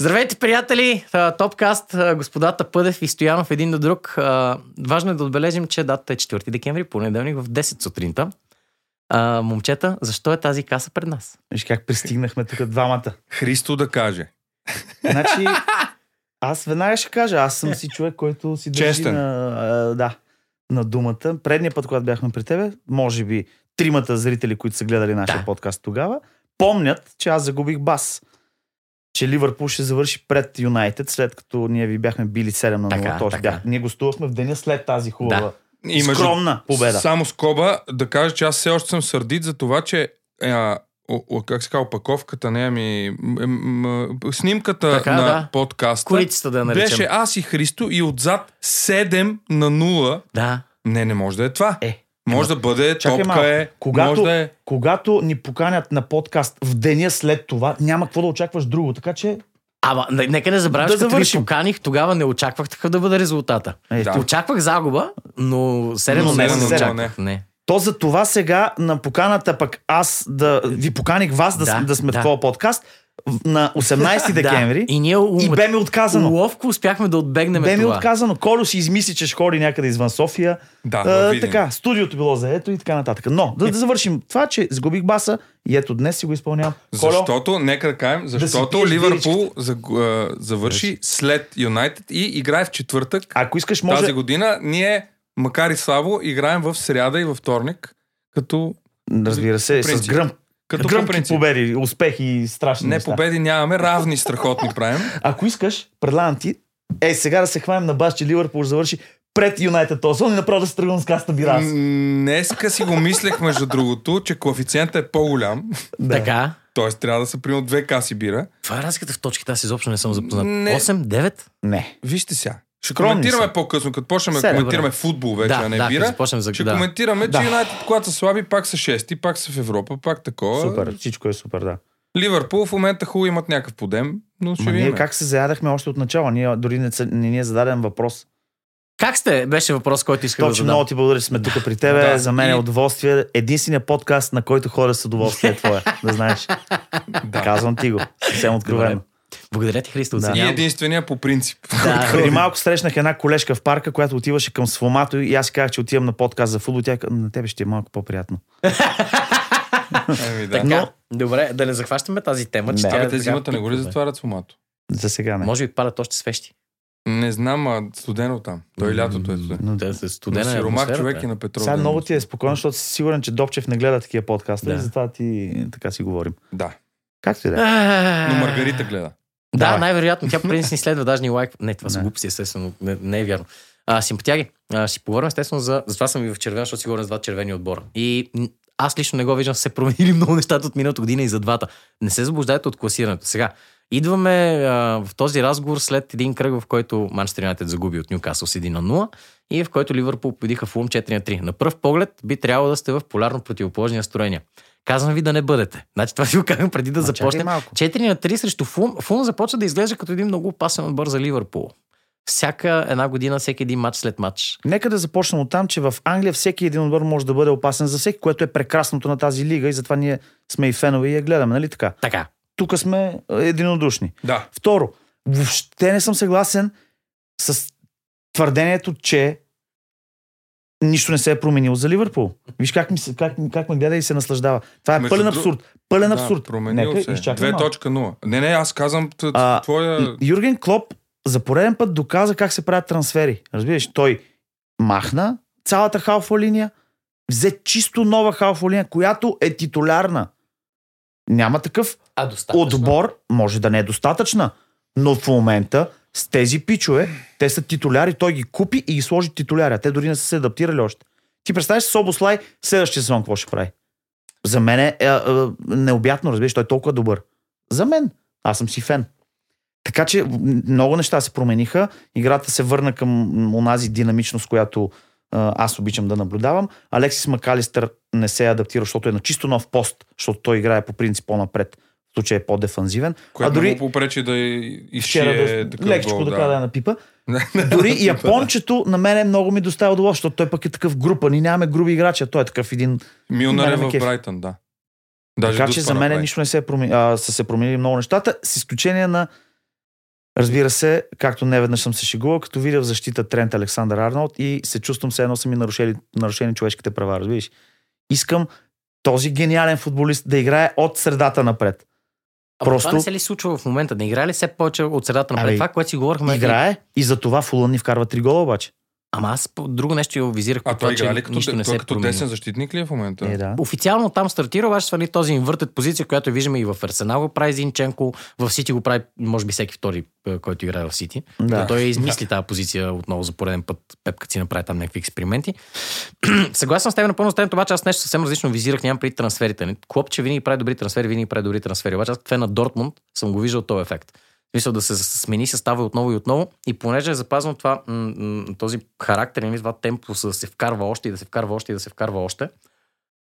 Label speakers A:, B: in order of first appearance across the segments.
A: Здравейте, приятели! А, Топкаст, а, господата Пъдев и Стоянов един до друг. А, Важно е да отбележим, че датата е 4 декември, понеделник в 10 сутринта. А, момчета, защо е тази каса пред нас?
B: Виж как пристигнахме тук двамата.
C: Христо да каже.
B: Значи, аз веднага ще кажа, аз съм си човек, който си държи
C: Честен.
B: на, а, да, на думата. Предния път, когато бяхме при тебе, може би тримата зрители, които са гледали нашия
A: Да.
B: подкаст тогава, помнят, че аз загубих бас. Че Ливърпул ще завърши пред Юнайтед, след като ние ви бяхме били 7 на 0.
A: Така,
B: Точно
A: така.
B: бях- Ние гостувахме в деня след тази хубава,
C: И между-
B: скромна победа.
C: Само скоба да кажа, че аз все още съм сърдит за това, че е, а, о, о, как се казва, опаковката, не ами, м- м- м- снимката
A: Така,
C: на
A: да.
C: подкаста
A: Корицата да я наречем.
C: беше аз и Христо и отзад 7 на 0.
A: Да.
C: Не, не може да е това.
B: Е.
C: Може да бъде,
B: Чакай
C: топка
B: малко.
C: е,
B: Когато-
C: може да е.
B: Когато ни поканят на подкаст в деня след това, няма какво да очакваш друго. Така че,
A: Ама, не- нека не забравяш,
B: Да
A: като ви
B: завършим.
A: поканих, тогава не очаквах такъв да бъде резултата.
B: е,
C: Да.
A: Да. Очаквах загуба, но 7
B: Но
A: на 0
B: седем
A: не
B: на нула,
A: очаквах. Не.
B: То за това сега на поканата пък аз да ви поканих вас да,
A: Да,
B: да, да сме
A: да.
B: да. в този подкаст в- на 18 декември
A: Да. И ние
B: и,
A: ум...
B: бе ми отказано.
A: ловко успяхме да отбегнем
B: Бе ми
A: това.
B: отказано. Колю си измисли, че ще ходи някъде извън София.
C: Да, във
B: а,
C: Видин.
B: така, студиото било заето и така нататък. Но да, да завършим това, че сгубих баса и ето днес си го изпълнявам. Колю,
C: Защото, нека да кажем, защото
B: пиеш
C: Ливърпул за, а, завърши след Юнайтед и играе в четвъртък.
B: ако искаш,
C: Може... Тази
B: може...
C: година ние, макар и слабо, играем в сряда и във вторник, като,
B: Разбира се,
C: По принцип.
B: с гръм.
C: като по
B: гръмки
C: принцип.
B: победи, успехи и страшни
C: Не
B: неща.
C: победи нямаме, равни страхотни правим.
B: Ако искаш, предлагам ти, е, сега да се хванем на бас, че Ливърпул ще завърши пред Юнайтед този сезон и направо да се тръгвам с каста бира.
C: М, Днеска си го мислех, между другото, че коефициентът е по-голям,
B: Да.
A: Така.
C: т.е. трябва да са примерно две каси бира.
A: Това е разликата в точките, аз изобщо не съм запознат.
C: Не.
A: 8-9?
B: Не.
C: Вижте сега. Ще
B: Скромни
C: коментираме
B: са.
C: по-късно, като почнем да
B: Все, добре.
C: коментираме футбол вече,
A: да,
C: а не
A: да, като
C: бира.
A: започнем за...
C: Ще
A: да.
C: коментираме, че
B: Да.
C: Юнайтед, когато са слаби, пак са шести, пак са в Европа, пак такова.
B: Супер, всичко е супер, да.
C: Ливърпул в момента хубаво имат някакъв подем, но ще
B: Ма
C: видим.
B: ние как се заядахме още от начало? Ние дори не, са- не ни е зададен въпрос.
A: Как сте? Беше въпрос, който исках да
B: Точно
A: задам.
B: много ти благодаря, че сме тук при тебе.
C: Да,
B: За мен е
C: и-
B: удоволствие. Единственият подкаст, на който хора с удоволствие е твоя. Да знаеш.
C: да.
B: Казвам ти го. Съвсем откровено.
A: Благодаря ти, Христо.
B: Да.
C: И
A: Оценявам.
C: единствения по принцип.
A: Да.
B: Преди малко срещнах една колежка в парка, която отиваше към Свомато и аз си казах, че отивам на подкаст за футбол. Тя каза, на тебе ще ти е малко по-приятно.
C: Еми, да.
A: Така,
B: но-
A: Добре, да не захващаме тази тема, че
B: Не.
A: тя
C: Абе,
A: е
C: те
A: така
C: зимата не го ли
A: пикова.
C: затварят с умато?
B: За сега не.
A: Може би падат още свещи.
C: Не знам, а студено там. Той лятото е студено.
B: Но-
A: Да, се
C: На
A: студена е
C: сиромах
A: атмосферата.
C: човек и на петрол.
B: Сега
C: да
B: много
C: му-
B: ти е спокойно, защото си сигурен, че Добчев не гледа такива подкаста
A: Да.
B: и затова ти е, така си говорим.
C: Да.
B: Както и да е.
A: А,
C: Но Маргарита гледа.
A: Да,
B: Давай.
A: най-вероятно. Тя по принцип ни следва, даже ни лайк. Не, това са
B: Не.
A: глупости, естествено. Не, не е вярно. А, симпатяги, а, ще си поговорим естествено за... Затова съм и в червен, защото си говорим с два червени отбора. И м, аз лично не го виждам, са се променили много нещата от миналата година и за двата. Не се заблуждайте от класирането. Сега, идваме а, в този разговор след един кръг, в който Манчестър Юнайтед загуби от Нюкасъл с 1 на 0 и в който Ливърпул победиха в Лум 4 на 3. На пръв поглед би трябвало да сте в полярно противоположни настроения. Казвам ви да не бъдете. Значи това си го казвам преди да
B: Ма, чакай
A: започнем.
B: малко.
A: 4 на 3 срещу Фулм. Фулм започва да изглежда като един много опасен отбор за Ливърпул. Всяка една година, всеки един матч след матч.
B: Нека да започнем от там, че в Англия всеки един отбор може да бъде опасен за всеки, което е прекрасното на тази лига и затова ние сме и фенове и я гледаме, нали така?
A: Така.
B: Тук сме е, единодушни.
C: Да.
B: Второ, въобще не съм съгласен с твърдението, че нищо не се е променило за Ливърпул. Виж как, ми се, как, как ме гледа и се наслаждава. Това е
C: Между
B: пълен
C: друг-
B: абсурд. Пълен
C: Да,
B: абсурд.
C: променил
B: Нека
C: се. е.
B: изчакаме малко.
C: 2.0. Не, не, аз казвам т-
B: А,
C: твоя...
B: Юрген Клоп за пореден път доказа как се правят трансфери. Разбираш, той махна цялата халфа линия, взе чисто нова халфа линия, която е титулярна. Няма такъв
A: А достатъчно.
B: отбор, може да не е достатъчна, но в момента с тези пичове, те са титуляри, той ги купи и ги сложи титуляря. Те дори не са се адаптирали още. Ти представяш си Собослай следващия сезон какво ще прави? За мен е, е, е необятно, разбираш, той е толкова добър. За мен. Аз съм си фен. Така че м, много неща се промениха. Играта се върна към м, онази динамичност, която а, аз обичам да наблюдавам. Алексис Макалистър не се адаптира, защото е на чисто нов пост, защото той играе по принцип по-напред. В случай е по-дефанзивен.
C: Което
B: а
C: дори... му
B: дори
C: попречи да и-
B: вчера
C: изшие
B: да,
C: е такъв
B: лекчко
C: гол.
B: да, да.
C: Да.
B: да напипа. Дори япончето на мене много ми доставя удоволствие, защото той пък е такъв група. Ние нямаме груби играчи, а той е такъв един.
C: Милнар е
B: Мене ме
C: в
B: кефи.
C: Брайтън, да. Даже
B: така
C: дупа
B: че за мен
C: направи.
B: нищо не се е промени, а, са се променили много нещата, с изключение на Разбира се, както не веднъж съм се шегувал, като видя в защита Трент Александър Арнолд и се чувствам все едно са ми нарушени, нарушени човешките права, разбираш. Искам този гениален футболист да играе от средата напред.
A: Ама
B: Просто-
A: Това не се ли случва в момента? Не играе ли все повече от средата на
B: Абе,
A: това, което си говорихме? е-
B: Играе и за това Фулън ни вкарва три гола обаче.
A: Ама аз по- друго нещо я визирах. по
C: А той
A: че
C: играе ли като,
A: нищо не
C: той
A: се
C: като
A: промени.
C: десен защитник ли е в момента?
B: Е, да.
A: Официално там стартира, обаче свали този инвъртед позиция, която виждаме и в Арсенал го прави Зинченко, в Сити го прави, може би, всеки втори, е, който играе в Сити.
B: Да.
A: Да. Той измисли тази позиция отново за пореден път. Пепкът си направи там някакви експерименти. Съгласен с теб напълно с теб, това, че аз нещо съвсем различно визирах, нямам при трансферите. Не, Клоп, че винаги прави добри трансфери, винаги прави добри трансфери. Обаче аз като фен на Дортмунд съм го виждал този ефект. В смисъл да се смени състава отново и отново. И понеже е запазвам това, м- м- този характер, нали, това темпо с да се вкарва още и да се вкарва още и да се вкарва още,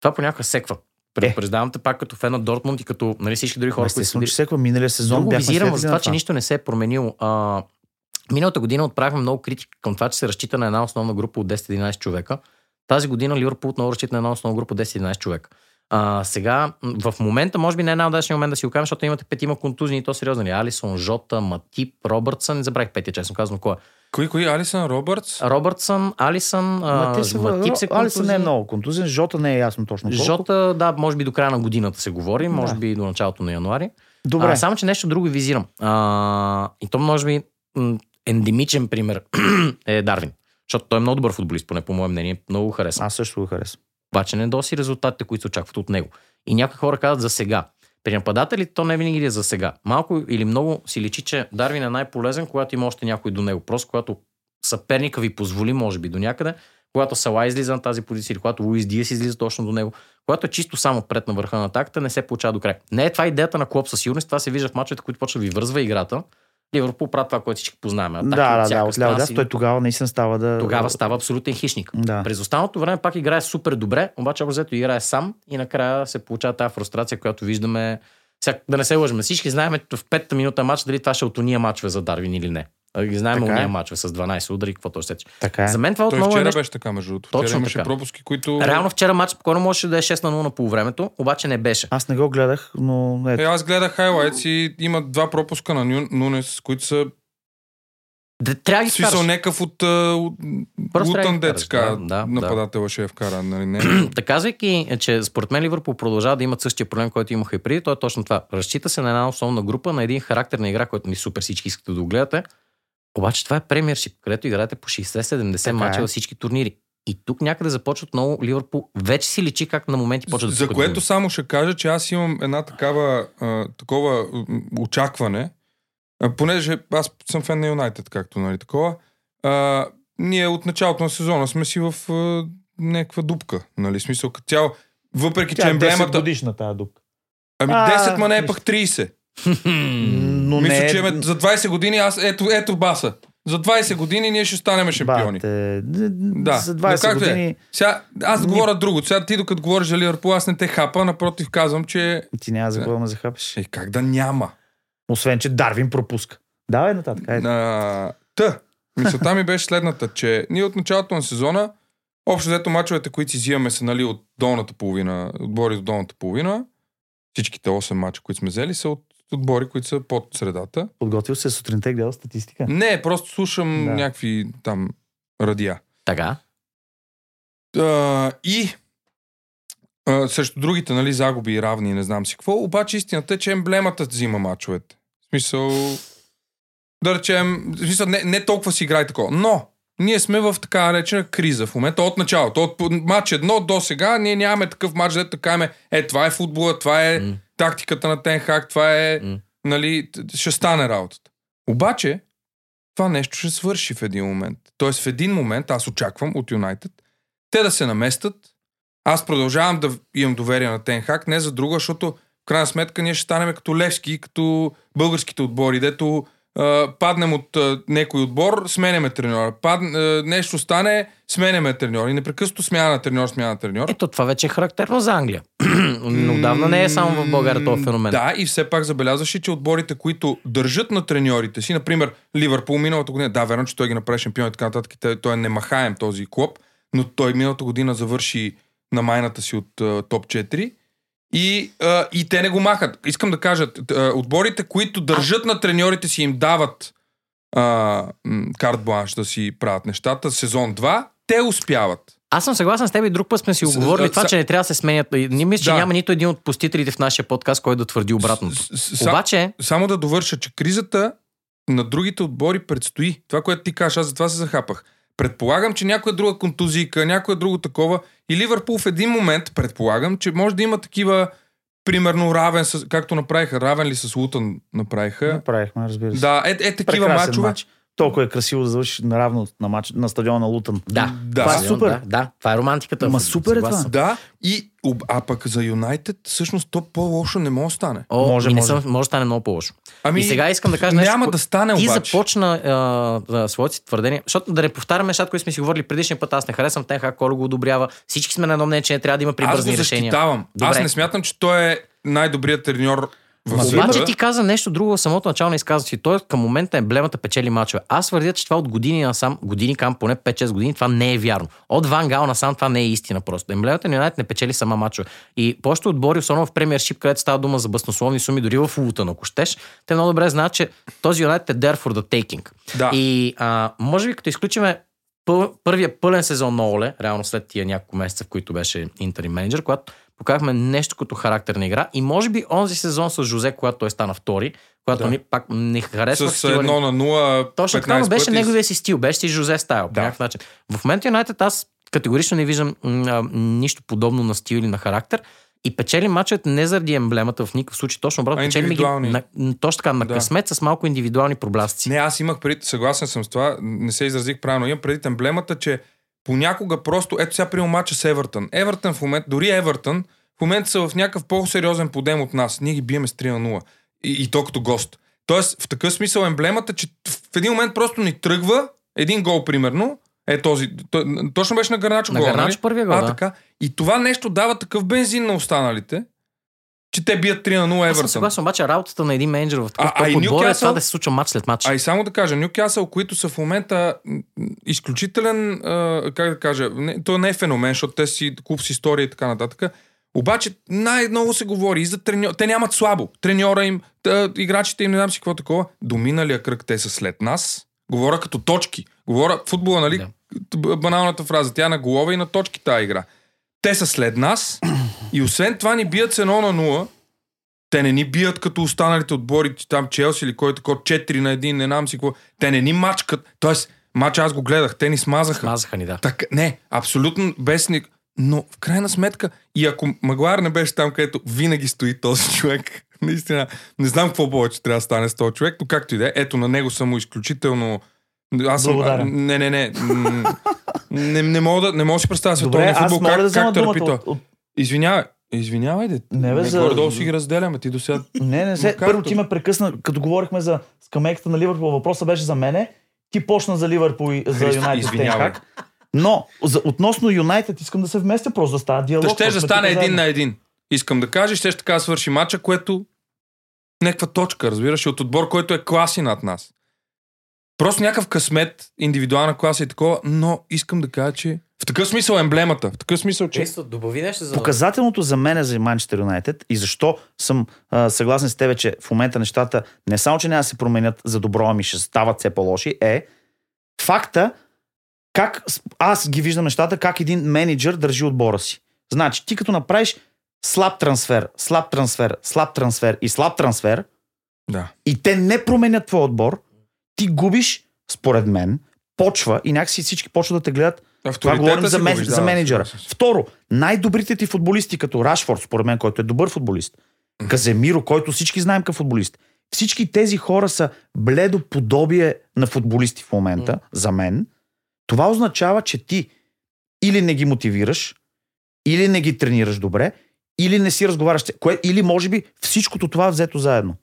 A: това понякога секва. Предупреждавам те пак като фен на Дортмунд и като нали, всички други хора, които
B: Естествено,
A: следи-
B: че всеки миналия сезон
A: много
B: бяхме
A: визирам
B: свидетели
A: за
B: на
A: това, че нищо не се е променило. А, миналата година отправихме много критики към това, че се разчита на една основна група от 10-11 човека. Тази година Ливърпул отново разчита на една основна група от 10-11 човека. А, сега, м, в момента, може би не е най-удачният момент да си го кажем, защото имате петима контузии и то сериозни. нали? Алисон, Жота, Матип, Робъртсън, не забравих петия, честно казвам, кой е.
C: Кои, кои? Алисън Робъртс?
A: Робъртсън, Алисън,
B: Ма
A: а,
B: те са-
A: Матип се
B: Алисън не е
A: контузи.
B: много контузен, Жота не е ясно точно колко.
A: Жота, да, може би до края на годината се говори, може
B: Да.
A: би до началото на януари.
B: Добре,
A: А, само, че нещо друго визирам. А, и то може би м, ендемичен пример е Дарвин. Защото той е много добър футболист, поне по мое мнение. Много го харесвам.
B: аз също го харесвам.
A: Обаче не доси резултатите, които се очакват от него. И някои хора казват за сега. При нападателите то не винаги е за сега. Малко или много си личи, че Дарвин е най-полезен, когато има още някой до него. Просто когато съперника ви позволи, може би, до някъде, когато Сала излиза на тази позиция или когато Луис Диас излиза точно до него, когато е чисто само пред на върха на атаката, не се получава до край. Не е това идеята на Клоп със сигурност, това се вижда в мачовете, които почва да ви вързва играта. Ливърпул правят това, което всички познаваме. Атаки от
B: Да, да, да,
A: всяка
B: от ляво
A: страна
B: дясно
A: си-
B: той тогава наистина става да...
A: тогава става абсолютен хищник.
B: Да.
A: През останалото време пак играе супер добре, обаче общо взето играе сам и накрая се получава тази фрустрация, която виждаме. Сега, да не се лъжим, всички знаем в петта минута матч дали това ще е от уния мачове за Дарвин или не. А Ги знаем
B: Така
A: уния
B: е.
A: мачове с 12 удари, какво точно сече.
B: Така е.
A: За мен това
C: Той
A: отново е
C: вчера
A: нещо...
C: беше така, между другото. Вчера
A: Точно
C: имаше
A: така.
C: пропуски, които...
A: Реално вчера матч спокойно можеше да е 6 на 0 на полувремето, обаче не беше.
B: Аз не го гледах, но...
C: Е,
B: Ето.
C: аз гледах хайлайтс и има два пропуска на Ню- Нунес, които са
A: Д- Трябва да ги
C: смисъл е
A: вкараш.
C: някакъв от, а, от
A: Просто трябва
C: Лутън
A: да ги
C: децка
A: вкараш, да, да, да.
C: нападател ще я вкара. Нали? Не,
A: Та казвайки, е, че според мен Ливърпул продължава да имат същия проблем, който имаха и преди, то е точно това. Разчита се на една основна група, на един характер на игра, който ни супер всички искате да го гледате. Обаче това е премиершип, където играете по 60-70
B: Така
A: мача
B: е.
A: във всички турнири. И тук някъде започват много Ливърпул. Вече си личи как на моменти почва да
C: За
A: пука
C: което
A: думи.
C: само ще кажа, че аз имам една такава, а, такова м, очакване, а, понеже аз съм фен на Юнайтед, както нали такова. А, ние от началото на сезона сме си в а, някаква дупка, нали, смисъл като цяло. Въпреки, че
B: Тя е 10
C: емблемата...
B: годишна тази дупка.
C: Ами
B: А,
C: 10, ма не е
B: нищо.
C: пък 30.
B: Но
C: Мисля,
B: не... е
C: че е ме, за 20 години аз... Ето, ето баса. За 20 години ние ще станем шампиони.
B: Бате, д- д-
C: Да.
B: За
C: Но
B: 20
C: както е.
B: години
C: Сега, аз
B: Ни-
C: говоря друго. Сега ти докато говориш за Ливърпул, аз не те хапа, напротив казвам, че...
B: ти няма за
C: Да.
B: какво да ме захапеш.
C: Е, как да няма?
B: Освен, че Дарвин пропуска. Давай нататък. Айде.
C: А, та, мисълта ми беше следната, че ние от началото на сезона, общо взето мачовете, които си взимаме са нали, от долната половина, отбори от долната половина, всичките 8 мача, които сме взели, са от отбори, които са под средата.
B: Подготвил се сутринта и гледал статистика.
C: Не, просто слушам
B: Да.
C: някакви там радия.
A: Така.
C: А, и а, срещу другите, нали, загуби и равни, и не знам си какво, обаче истината е, че емблемата взима мачовете. В смисъл, да речем, в смисъл, не, не толкова си играй такова, но ние сме в така наречена криза в момента, от началото, от по- матч едно до сега, ние нямаме такъв матч, дето така имаме, е, това е футбола, това е
A: М.
C: тактиката на Тенхак, това е,
A: М.
C: нали, т- ще стане работата. Обаче, това нещо ще свърши в един момент. Тоест в един момент, аз очаквам от Юнайтед, те да се наместят, аз продължавам да имам доверие на Тенхак, не за друго, защото в крайна сметка ние ще станем като Левски, и като българските отбори, дето а, паднем от а, някой отбор, сменяме треньора. Пад, а, нещо стане, сменяме треньор. И непрекъснато смяна на треньор, смяна на треньор.
A: Ето това вече е характерно за Англия. Но отдавна не е само в България този феномен.
C: Да, и все пак забелязваше, че отборите, които държат на треньорите си, например Ливърпул миналата година, да, верно, че той ги направи шампион и така нататък, и той- той е немахаем този клоп, но той миналата година завърши на майната си от а, топ 4 и, а, и те не го махат. Искам да кажа, т- а, отборите, които държат на треньорите си, им дават а, м, карт бланш да си правят нещата. Сезон 2 те успяват.
A: Аз съм съгласен с теб и друг път сме си
C: С-
A: оговорили
C: а,
A: това,
C: са-
A: че не трябва да се сменят. И Не мисля, че
C: Да.
A: няма нито един от посетителите в нашия подкаст, който да твърди обратното.
C: С- с- са-
A: Обаче,
C: Само да довърша, че кризата на другите отбори предстои. Това, което ти кажеш, аз затова се захапах. Предполагам, че някоя друга контузийка, някоя друго такова. И Ливърпул в един момент, предполагам, че може да има такива, примерно равен, с, както направиха, равен ли с Лутън направиха.
B: Направихме, разбира се.
C: Да, е, е такива
B: Прекрасен
C: мачове.
B: мач. Толкова е красиво да завършиш наравно на, матч, на стадиона на Лутън.
A: да.
C: Да.
A: Това е
B: Да.
A: супер. Да, да, това е романтиката.
B: Ма супер е това.
A: Съгласен.
C: Да, и, об- а пък за Юнайтед, всъщност то по-лошо не може да стане.
A: О,
B: Може,
A: може, не
B: може.
A: Съм, може да стане много по-лошо.
C: Ами,
A: и сега искам да кажа нещо.
C: няма да стане
A: Ти
C: обаче.
A: започна а, за своите си твърдения, защото да не повтаряме нещата, които сме си говорили предишния път, аз не харесвам Тенха, Коло го одобрява. Всички сме на едно мнение, че не трябва да има
C: Аз го
A: прибързани решения.
C: защитавам. Аз
A: Добре.
C: не смятам, че той е най-добрият треньор в
A: Обаче
C: света.
A: ти каза нещо друго в самото начало на изказването си. Той към момента е емблемата печели мачове. Аз твърдя, че това от години насам, години кам, поне 5-6 години, това не е вярно. От Ван Гал насам това не е истина просто. Емблемата на Юнайтед не печели сама мачове. И повечето отбори, особено в премиершип, където става дума за баснословни суми, дори в Лутън, ако щеш, те много добре знаят, че този Юнайтед е there for the taking.
C: Да.
A: И а, може би като изключиме пъл, първия пълен сезон на Оле, реално след тия няколко месеца, в които беше интерим менеджер, когато показахме нещо като характерна игра и може би онзи сезон с Жозе, когато той стана втори, когато
C: Да.
A: ни пак не харесва
C: с едно на 0,
A: Точно
C: 15
A: така, но беше
C: пъти.
A: неговия си стил, беше си Жозе стайл по
C: Да.
A: някакъв начин. В момента Юнайтед аз категорично не виждам м, а, нищо подобно на стил или на характер. И печели мачът не заради емблемата в никакъв случай, точно обратно.
C: А
A: Печели ги
C: индивидуални.
A: на, точно така, на
C: Да.
A: късмет с малко индивидуални проблясъци.
C: Не, аз имах предвид, съгласен съм с това, не се изразих правилно. Имам предвид емблемата, че понякога просто, ето сега при мача с Евертън. Евертън в момента, дори Евертън, в момента са в някакъв по-сериозен подем от нас. Ние ги биеме с 3 на 0. И, и то като гост. Тоест, в такъв смисъл емблемата, че в един момент просто ни тръгва, един гол примерно, е този. Той- Точно беше на Гарначо
A: На
C: гол, нали?
A: Гарнач първия гол,
C: А,
A: да.
C: така. И това нещо дава такъв бензин на останалите, че те бият 3 на 0
A: Аз съм
C: Евертън.
A: съгласен, обаче работата на един менеджер в такъв
C: А- а и
A: топ отбор е
C: Нюкасъл?
A: това да се случва матч след матч.
C: А и само да кажа, Нюкасъл, които са в момента м, м, изключителен, а, как да кажа, не, то не е феномен, защото те си клуб с история и така нататък. Обаче най-много се говори и за треньор. Те нямат слабо. Треньора им, та, играчите им, не знам си какво такова. До миналия кръг те са след нас. Говоря като точки. Говоря футбола, нали?
A: Да.
C: Б- Баналната фраза. Тя е на голова и на точки тази игра. Те са след нас и освен това ни бият с 1 на 0. Те не ни бият като останалите отбори, ти там Челси или кой тако, 4 на 1, не знам си какво. Те не ни мачкат. Тоест, мача аз го гледах, те ни смазаха.
A: Мазаха ни, да.
C: Така, не, абсолютно без ник... Но в крайна сметка, и ако Магуар не беше там, където винаги стои този човек, наистина, не знам какво повече трябва да стане с този човек, но както и да е, ето на него съм му изключително... Аз съм... а,
B: Благодарен.
C: Не, не, не. м, Не, не мога да, не мога да си представя
B: Добре,
C: световния
B: аз
C: футбол,
B: мога
C: как,
B: да
C: да
B: взема
C: как търпи
B: думата.
C: то.
B: От, от...
C: Извинявай, извинявай, де.
B: Не, бе, за-
C: Горе-долу си ги разделяме, ти до сега...
B: Не, не,
C: Но
B: се.
C: както-
B: Първо ти ме прекъсна, като говорихме за скамейката на Ливърпул, въпросът беше за мене. Ти почна за Ливърпул и за
C: Христо,
B: Юнайтед.
C: извинявай.
B: Тенхак. Но за, относно Юнайтед искам да се вместя, просто да става диалог.
C: Та ще
B: просто
C: да
B: сме
C: стане
B: тук
C: един
B: заедно.
C: на един. Искам да кажа, ще така да свърши мача, което някаква точка, разбираш, от отбор, който е класи над нас. Просто някакъв късмет, индивидуална класа и такова, но искам да кажа, че в такъв смисъл емблемата, в такъв смисъл, че...
A: Често добави нещо за...
B: Показателното за мен е за Манчестър Юнайтед и защо съм а, съгласен с тебе, че в момента нещата не само, че няма да се променят за добро, ами ще стават все по-лоши, е факта как с- аз ги виждам нещата, как един менеджер държи отбора си. Значи, ти като направиш слаб трансфер, слаб трансфер, слаб трансфер и слаб трансфер,
C: Да.
B: и те не променят твой отбор, ти губиш, според мен, почва и някакси всички почват да те гледат това
C: Авторитета
B: говорим
C: си
B: за,
C: го
B: мен,
C: вижда,
B: за
C: да,
B: менеджера.
C: съгласен съм.
B: Второ, най-добрите ти футболисти, като Рашфорд, според мен, който е добър футболист, Каземиро, който всички знаем като футболист. Всички тези хора са бледо подобие на футболисти в момента, за мен. Това означава, че ти или не ги мотивираш, или не ги тренираш добре, или не си разговаряш. с тях, Кое, или може би всичкото това е взето заедно.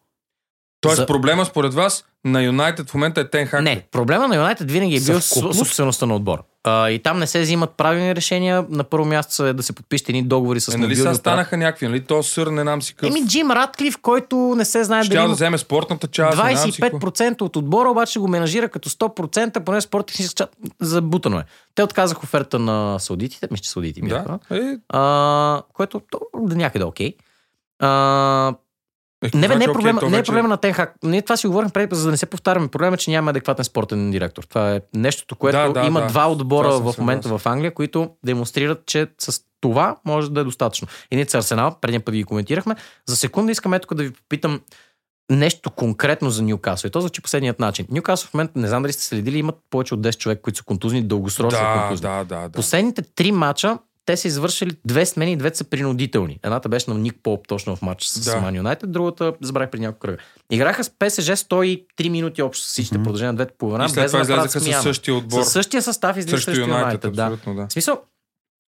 C: Тоест
A: За-
C: проблема според вас на Юнайтед в момента е Тенхак.
A: Не, проблема на Юнайтед винаги е бил
B: Съвкупност?
A: с- собствеността на отбор. А, и там не се взимат правилни решения. На първо място са да се подпишете едни договори с
C: Е, нали
A: мобилни
C: сега
A: оператори.
C: станаха някакви, нали? То сър, не нам си къв.
A: Еми Джим Радклиф, който не се знае
C: Ще
A: дали
C: да
A: има
C: вземе спортната част, не нам си какво.
A: 25% от отбора обаче го менажира като 100%, поне спорт техническа част. Забутано е. Те отказах оферта на саудитите, мисля, че саудити бяха.
C: Да. Е,
A: а, което то, до някъде е окей. А,
C: Е,
A: Не, бе, не е
C: обаче,
A: проблема,
C: то
A: не е
C: вече-
A: проблема на Тенхак. Ние това си говорим преди, за да не се повтаряме. Проблема е, че няма адекватен спортен директор. Това е нещото, което
C: Да, да,
A: има
C: да.
A: два отбора
C: Това съм
A: в момента
C: съгласен.
A: в Англия, които демонстрират, че с това може да е достатъчно. И ние с Арсенал, предния път ги коментирахме. За секунда искаме тук да ви попитам нещо конкретно за Ньюкасъл. И то звучи последният начин. Ньюкасъл в момента, не знам дали сте следили, имат повече от 10 човека, които са контузни, дългосрочно
C: Да,
A: контузни.
C: да, да, да.
A: Последните три мача те са извършили две смени и двете са принудителни. Едната беше на Ник Поп точно в матч с
C: Да.
A: да. Ман Юнайтед, другата забрах при няколко кръга. Играха с ПСЖ 103 минути общо с всичките
B: Мгм.
A: продължения на двете половина,
C: И след
A: без да
C: това
A: направят
C: излязаха
A: смяна.
C: със същия отбор.
A: Със същия състав излиза
C: Срещу
A: срещу Юнайтед.
C: Юнайтед,
A: Да.
C: абсолютно, да.
A: В смисъл,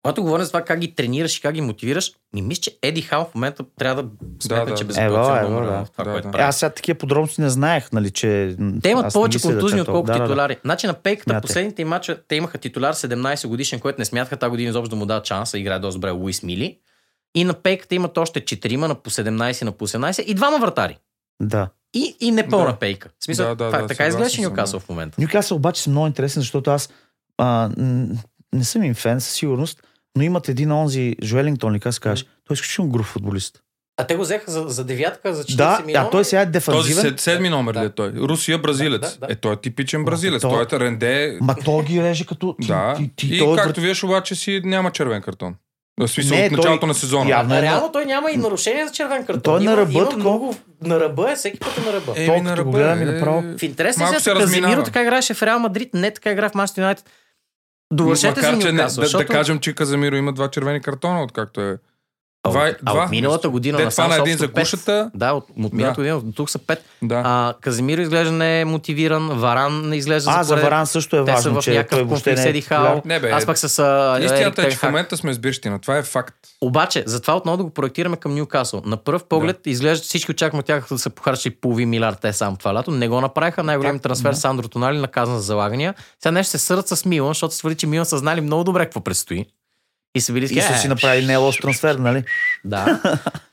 A: когато говоря за това как ги тренираш и как ги мотивираш, ми мисля, че Еди Хал в момента трябва да сметне,
C: да,
A: че
C: да.
A: без
B: Ева,
A: е
B: ева,
A: много
B: да.
A: да. в това,
C: Да,
A: да, което
C: да.
B: Е,
A: прави.
B: аз сега такива подробности не знаех, нали, че... м,
A: Те имат
B: аз не
A: повече
B: мисля да
A: контузни,
B: чета толкова.
A: отколкото
B: Да, да, да.
A: титулари. Значи на пейката
B: Смятай.
A: последните им мача те имаха титуляр 17 годишен, който не смятаха тази година изобщо да му дадат шанса, играе доста добре Луис Мили. И на пейката имат още 4 на по 17, на по 18 и двама вратари.
B: Да.
A: И, и непълна
C: Да.
A: пейка. В смисъл,
C: Да,
A: да,
C: да,
A: да, това,
C: да,
A: да, така
C: съгласен
A: изглежда
C: съм,
A: Нюкасъл в момента.
B: Нюкасъл обаче са много интересен, защото аз а, м, не съм им фен със сигурност, но имат един онзи Жуелингтон, ли как се кажеш. Той е изключително груб футболист.
A: А те го взеха за, за девятка, за 40
B: Да, а той сега е
C: Този
B: дефанзивен.
C: сед, седми номер
A: Да.
C: ли е той? Русия бразилец.
A: Да, да, да.
C: Е, той е типичен бразилец.
B: Той-
C: Той е Ренде.
B: Ма то ги реже като... Ти,
C: Да.
B: ти, ти,
C: И
B: той е врат-
C: както виж, обаче си няма червен картон. В смисъл
B: Не,
C: от началото
B: той-
C: на сезона.
B: явно е
A: Реално той няма и нарушение за червен картон.
B: Той е на
A: Има-
B: ръба,
A: има
B: такова.
A: много на ръба, е всеки път е на ръба.
C: Еми,
B: Толкова
C: на
B: като го
C: ръба
B: гледам и
C: е.
B: направо-
A: В интерес на
C: Малко се
A: истината, Казимиро
C: разминава.
A: така играеше в Реал Мадрид, не така игра в Манчестър Юнайтед. Довършете за
C: Макар, че не, да,
A: Нюкасъл,
C: да
A: защото...
C: кажем, че Казамиро има два червени картона, откакто е.
A: А,
C: Два-
A: от, а
C: два?
A: от миналата година
C: Те
A: на
C: това
A: сам
C: на един за
A: за
C: кушата.
A: Да, от, от миналата година до тук са пет.
C: Да.
A: А, Казимиро изглежда не е мотивиран, Варан не изглежда
B: А, за
A: поред-
B: Варан също е
A: Те са
B: важно,
A: в
B: че той
A: някакъв
B: въобще
A: конфликт с
B: не е
A: Еди Хал.
B: популяр.
C: Не, бе,
A: Аз пък с а, Ерик
C: Истината е,
A: Тен
C: че в
A: Хаг.
C: момента сме сбирщина. Това е факт.
A: Обаче, затова отново да го проектираме към Ньюкасъл. На пръв поглед изглежда, всички очакваме от тях да са похарчили половин милиард те сам това лято. Не го направиха. Най-голям трансфер Сандро Тонали наказан за залагания. Сега нещо се сърдат с Милан, защото се твърди, че Милан са знали много добре какво предстои. И са били
B: И са
A: «Е,
B: си направили не лош трансфер, нали?
A: Да.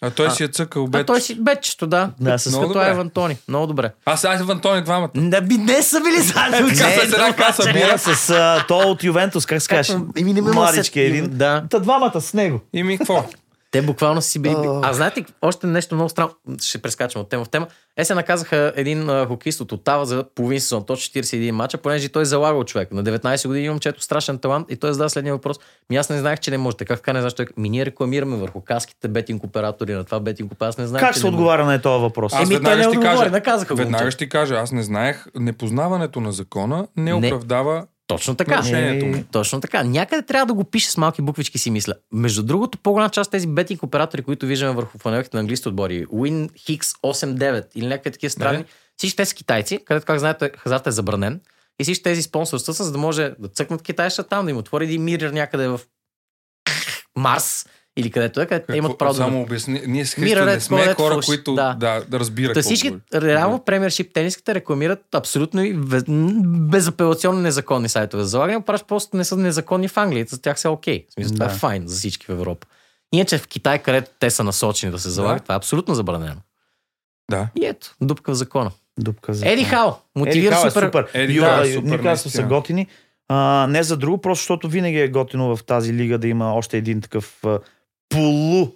C: А той си е цъкал
A: А
C: бе.
A: той си бечето, да.
B: Да, с-
C: Много
A: Като
C: добре.
A: Еван Тони. Много добре.
C: Аз аз в Антони двамата.
A: Да би не са били заедно.
C: Така, с една каса бира.
B: Бира с а, то от Ювентус, как се кажеш? Младички един.
A: Да.
B: Та двамата с него.
C: И ми какво?
A: Те буквално са си били. А знаете, ли, още нещо много странно. Ще прескачам от тема в тема. Е, се наказаха един а, хокист от Отава за половин сезон, точно 41 мача, понеже той е залагал човек. На 19 години момчето страшен талант и той зададе следния въпрос. Ми аз не знаех, че не може. Така така не знаеш. Той, е- ми ние рекламираме върху каските, бетинг оператори на това бетинг оператор. Аз не знаех.
B: Как
A: че
B: се
A: не може.
B: отговаря на този въпрос?
C: Аз
A: Еми, той
C: веднага
A: не
C: ще
A: отговори,
C: кажа.
A: наказаха го.
C: Веднага
A: момчето.
C: ще кажа, аз не знаех, непознаването на закона не
A: Не.
C: оправдава
A: Точно така.
C: нарушението му.
B: Е,
A: Ами, Точно така. Някъде трябва да го пише с малки буквички, си мисля. Между другото, по-голяма част тези бетинг оператори, които виждаме върху фанелките на английски отбори, Win Hix 89 или някакви такива странни,
C: Да.
A: всички те са китайци, където, как знаете, хазарта е забранен. И всички тези спонсорства са, за да може да цъкнат китайша там, да им отвори един мирир някъде в Марс или където е, където те имат право да
C: Само обясни. Ние с
A: Мира
C: Христо
A: ред, кой
C: не сме
A: ред
C: хора,
A: фалши.
C: които да,
A: Да.
C: да, да разбират.
A: Та
C: какво
A: всички,
C: говори.
A: реално, премиершип тениските рекламират абсолютно и вез- м, безапелационно незаконни сайтове за залагане, обаче просто не са незаконни в Англия. За тях са окей. В смисъл, това е
B: Да.
A: файн за всички в Европа. Иначе в Китай, където те са насочени да се залагат,
C: Да.
A: това е абсолютно забранено.
C: Да.
A: И ето, дупка в закона.
B: Дупка за...
A: Еди Хал,
B: Еди
A: мотивира
B: Хал е
A: супер.
B: супер. Ю-
C: Еди Хал е
B: Ю-
C: супер,
B: Нюкасъл са
C: наистина.
B: готини. А, не за друго, просто защото винаги е готино в тази лига да има още един такъв а, полу.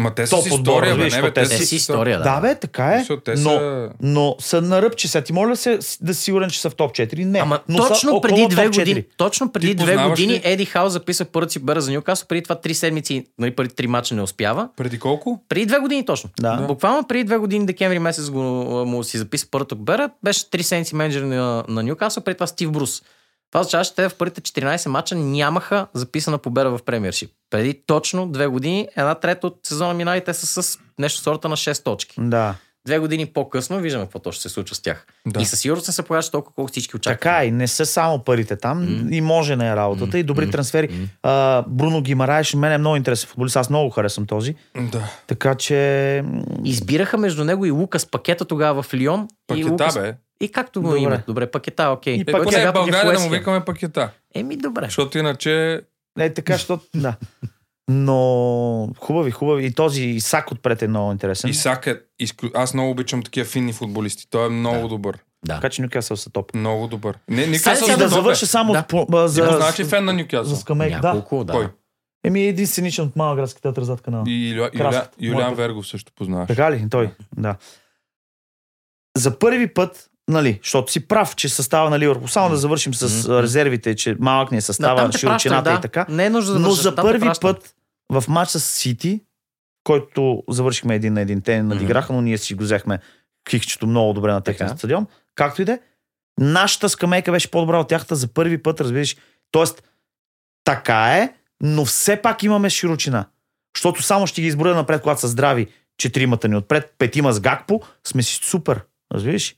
C: Ма те са
B: Топ
C: с
B: отбор,
C: история, бе,
B: разбираш,
C: не бе,
B: те
C: те
B: са
A: Е,
C: с
A: си история,
B: Да,
A: да.
B: бе, така е.
C: Мисъл, Те
B: но,
C: са...
B: но са на ръбче. Сега ти моля ли се с- да си сигурен, че са в топ 4? Не.
A: Ама
B: но са
A: точно
B: около
A: преди
B: топ
A: две
B: 4.
A: години, точно преди
C: Ти
A: две
C: познаваш
A: години
C: ли?
A: Еди Хал записа първата си бара за Нюкасъл, преди това три седмици, нали, преди три мача не успява.
C: Преди колко?
A: Преди две години точно.
B: Да.
A: Буквално преди две години, декември месец, го, а, му си записа първата победа. Беше три седмици менеджер на, на Ньюкасъл, преди това Стив Брус. Това означава, че те в първите 14 мача нямаха записана победа в премиершип. Преди точно две години, една трета от сезона мина и те са с нещо сорта на 6 точки.
B: Да.
A: Две години по-късно виждаме какво точно се случва с тях.
C: Да.
A: И със сигурност не се появяваше толкова, колко всички очакват.
B: Така е. и не са само парите там.
A: М.
B: И може не е работата.
A: М,
B: И добри
A: м,
B: трансфери.
A: м.
B: А, Бруно Гимараеш, мен е много интересен футболист. Аз много харесвам този.
C: Да.
B: Така че... м,
A: Избираха между него и Лукас пакета тогава в Лион. и,
C: Пакета,
A: Лукас...
C: е бе.
A: и както го
B: Добре.
A: има. Добре, пакета, окей.
B: И
A: Е,
C: Е,
B: Пакета,
C: поне
A: сега
C: в
A: пък е в
C: България да му
A: Уест Хем.
C: викаме пакета.
A: Еми, добре.
C: Защото иначе...
B: Е, така, защото... Да. Но хубави, хубави. И този Исак отпред е много интересен.
C: Исак е... изклю- Аз много обичам такива финни футболисти. Той е много добър.
A: Да.
B: Така че Нюкасъл са топ.
C: Много добър. Не,
A: Е, Сега
C: Нюкасъл
A: ще
B: И
C: са
A: Само
B: да
C: добър.
B: завърша само
A: Да.
B: с по- а,
C: Ти
B: за,
C: значи фен на
B: за
C: Нюкасъл.
B: скамейка. Да.
A: Няколко, да.
C: Кой?
B: Еми е един сценичен от малък градски театър зад канала.
C: И Юля, Юля,
B: Краската.
C: Юлиан
B: Моята.
C: Вергов също познаваш.
B: Така ли? Той, да. За първи път, нали, защото си прав, че състава на Ливърпул, само да завършим с
A: М.
B: а, резервите, че малък ни е състава,
A: те
B: широчината
A: пращам,
B: и така.
A: Не е нужно да
B: Но
A: вършиш,
B: за
A: там те
B: първи
A: пращам.
B: път в матч с Сити, който завършихме един на един, те не надиграха, но ние си го взехме хихчето много добре на техния
A: Така.
B: стадион. Както и да е, нашата скамейка беше по-добра от тяхната за първи път, разбираш. Тоест, така е, но все пак имаме широчина. Защото само ще ги изброя напред, когато са здрави четиримата ни отпред, петима с Гакпо, сме си супер, разбираш.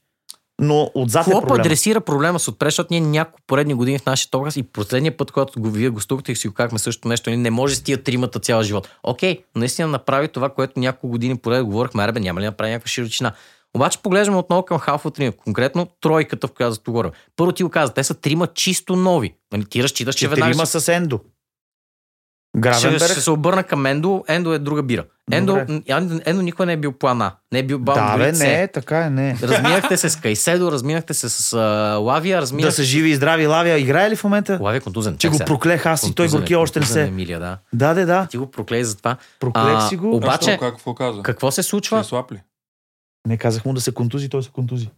B: Но отзад е
A: Клоп
B: проблем.
A: адресира проблема с отпред, защото ние няколко поредни години в нашия токас и последния път, когато го, вие гостувахте и си го казахме също нещо, ние не може с тия тримата цял живот. Окей, наистина направи това, което няколко години поред говорихме, арбе, няма ли да направи някаква широчина. Обаче поглеждаме отново към халфата ни, конкретно тройката, в която говорим. Първо ти го каза, те са трима чисто нови. Нали, ти разчиташ, че веднага
B: Четирима
A: ще-
B: с Ендо.
A: ще,
B: Гравенберг.
A: ще, се обърна към Ендо. Ендо е друга бира. Ендо,
B: Добре.
A: Ендо, Ендо никога не е бил плана. Не е бил бал,
B: да,
A: дори
B: бе,
A: це.
B: не, така е, не.
A: Разминахте се с Кайседо, разминахте се с а, Лавия,
B: Да
A: разминахте
B: са живи и здрави. Лавия играе ли в момента?
A: Лавия е контузен.
B: Че
A: чак
B: го
A: сега.
B: проклех аз и той
A: Контузен е,
B: горки още не
A: контузен е
B: се.
A: Емилия, да.
B: Да, да, да.
A: Ти го проклей за това.
B: Проклех
A: А,
B: си го.
A: обаче-
C: А, що, какво каза?
A: Какво се
C: Ще
A: случва?
C: е слаб ли?
B: Не казах му да се контузи, той се контузи.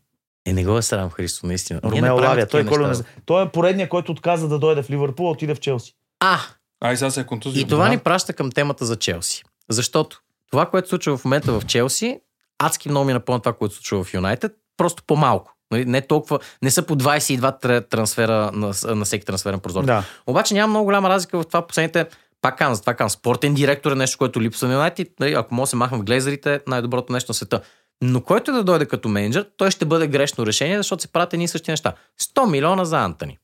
A: Е, не го е срам, Христо, наистина. Ние
B: Ромео
A: не правим
B: Лавия. Той,
A: такива
B: колю не...
A: неща.
B: зна- той е поредния, който отказа да дойде в Ливърпул, а отиде в Челси.
A: А,
C: Ай, сега се е контузил.
A: и това
C: Да.
A: ни праща към темата за Челси. Защото това, което се случва в момента в Челси, адски много ми напомня това, което се случва в Юнайтед, просто по-малко. Нали, Не, толкова, не са по 22 тра- трансфера на, с- на всеки трансферен прозор.
B: Да.
A: Обаче няма много голяма разлика в това последните. Пак казвам, за това казвам, спортен директор е нещо, което липсва на Юнайтед. Нали, Ако може да се махам в глезерите, е най-доброто нещо на света. Но който и да дойде като менеджер, той ще бъде грешно решение, защото се правят едни и същи неща. 100 милиона за Антони.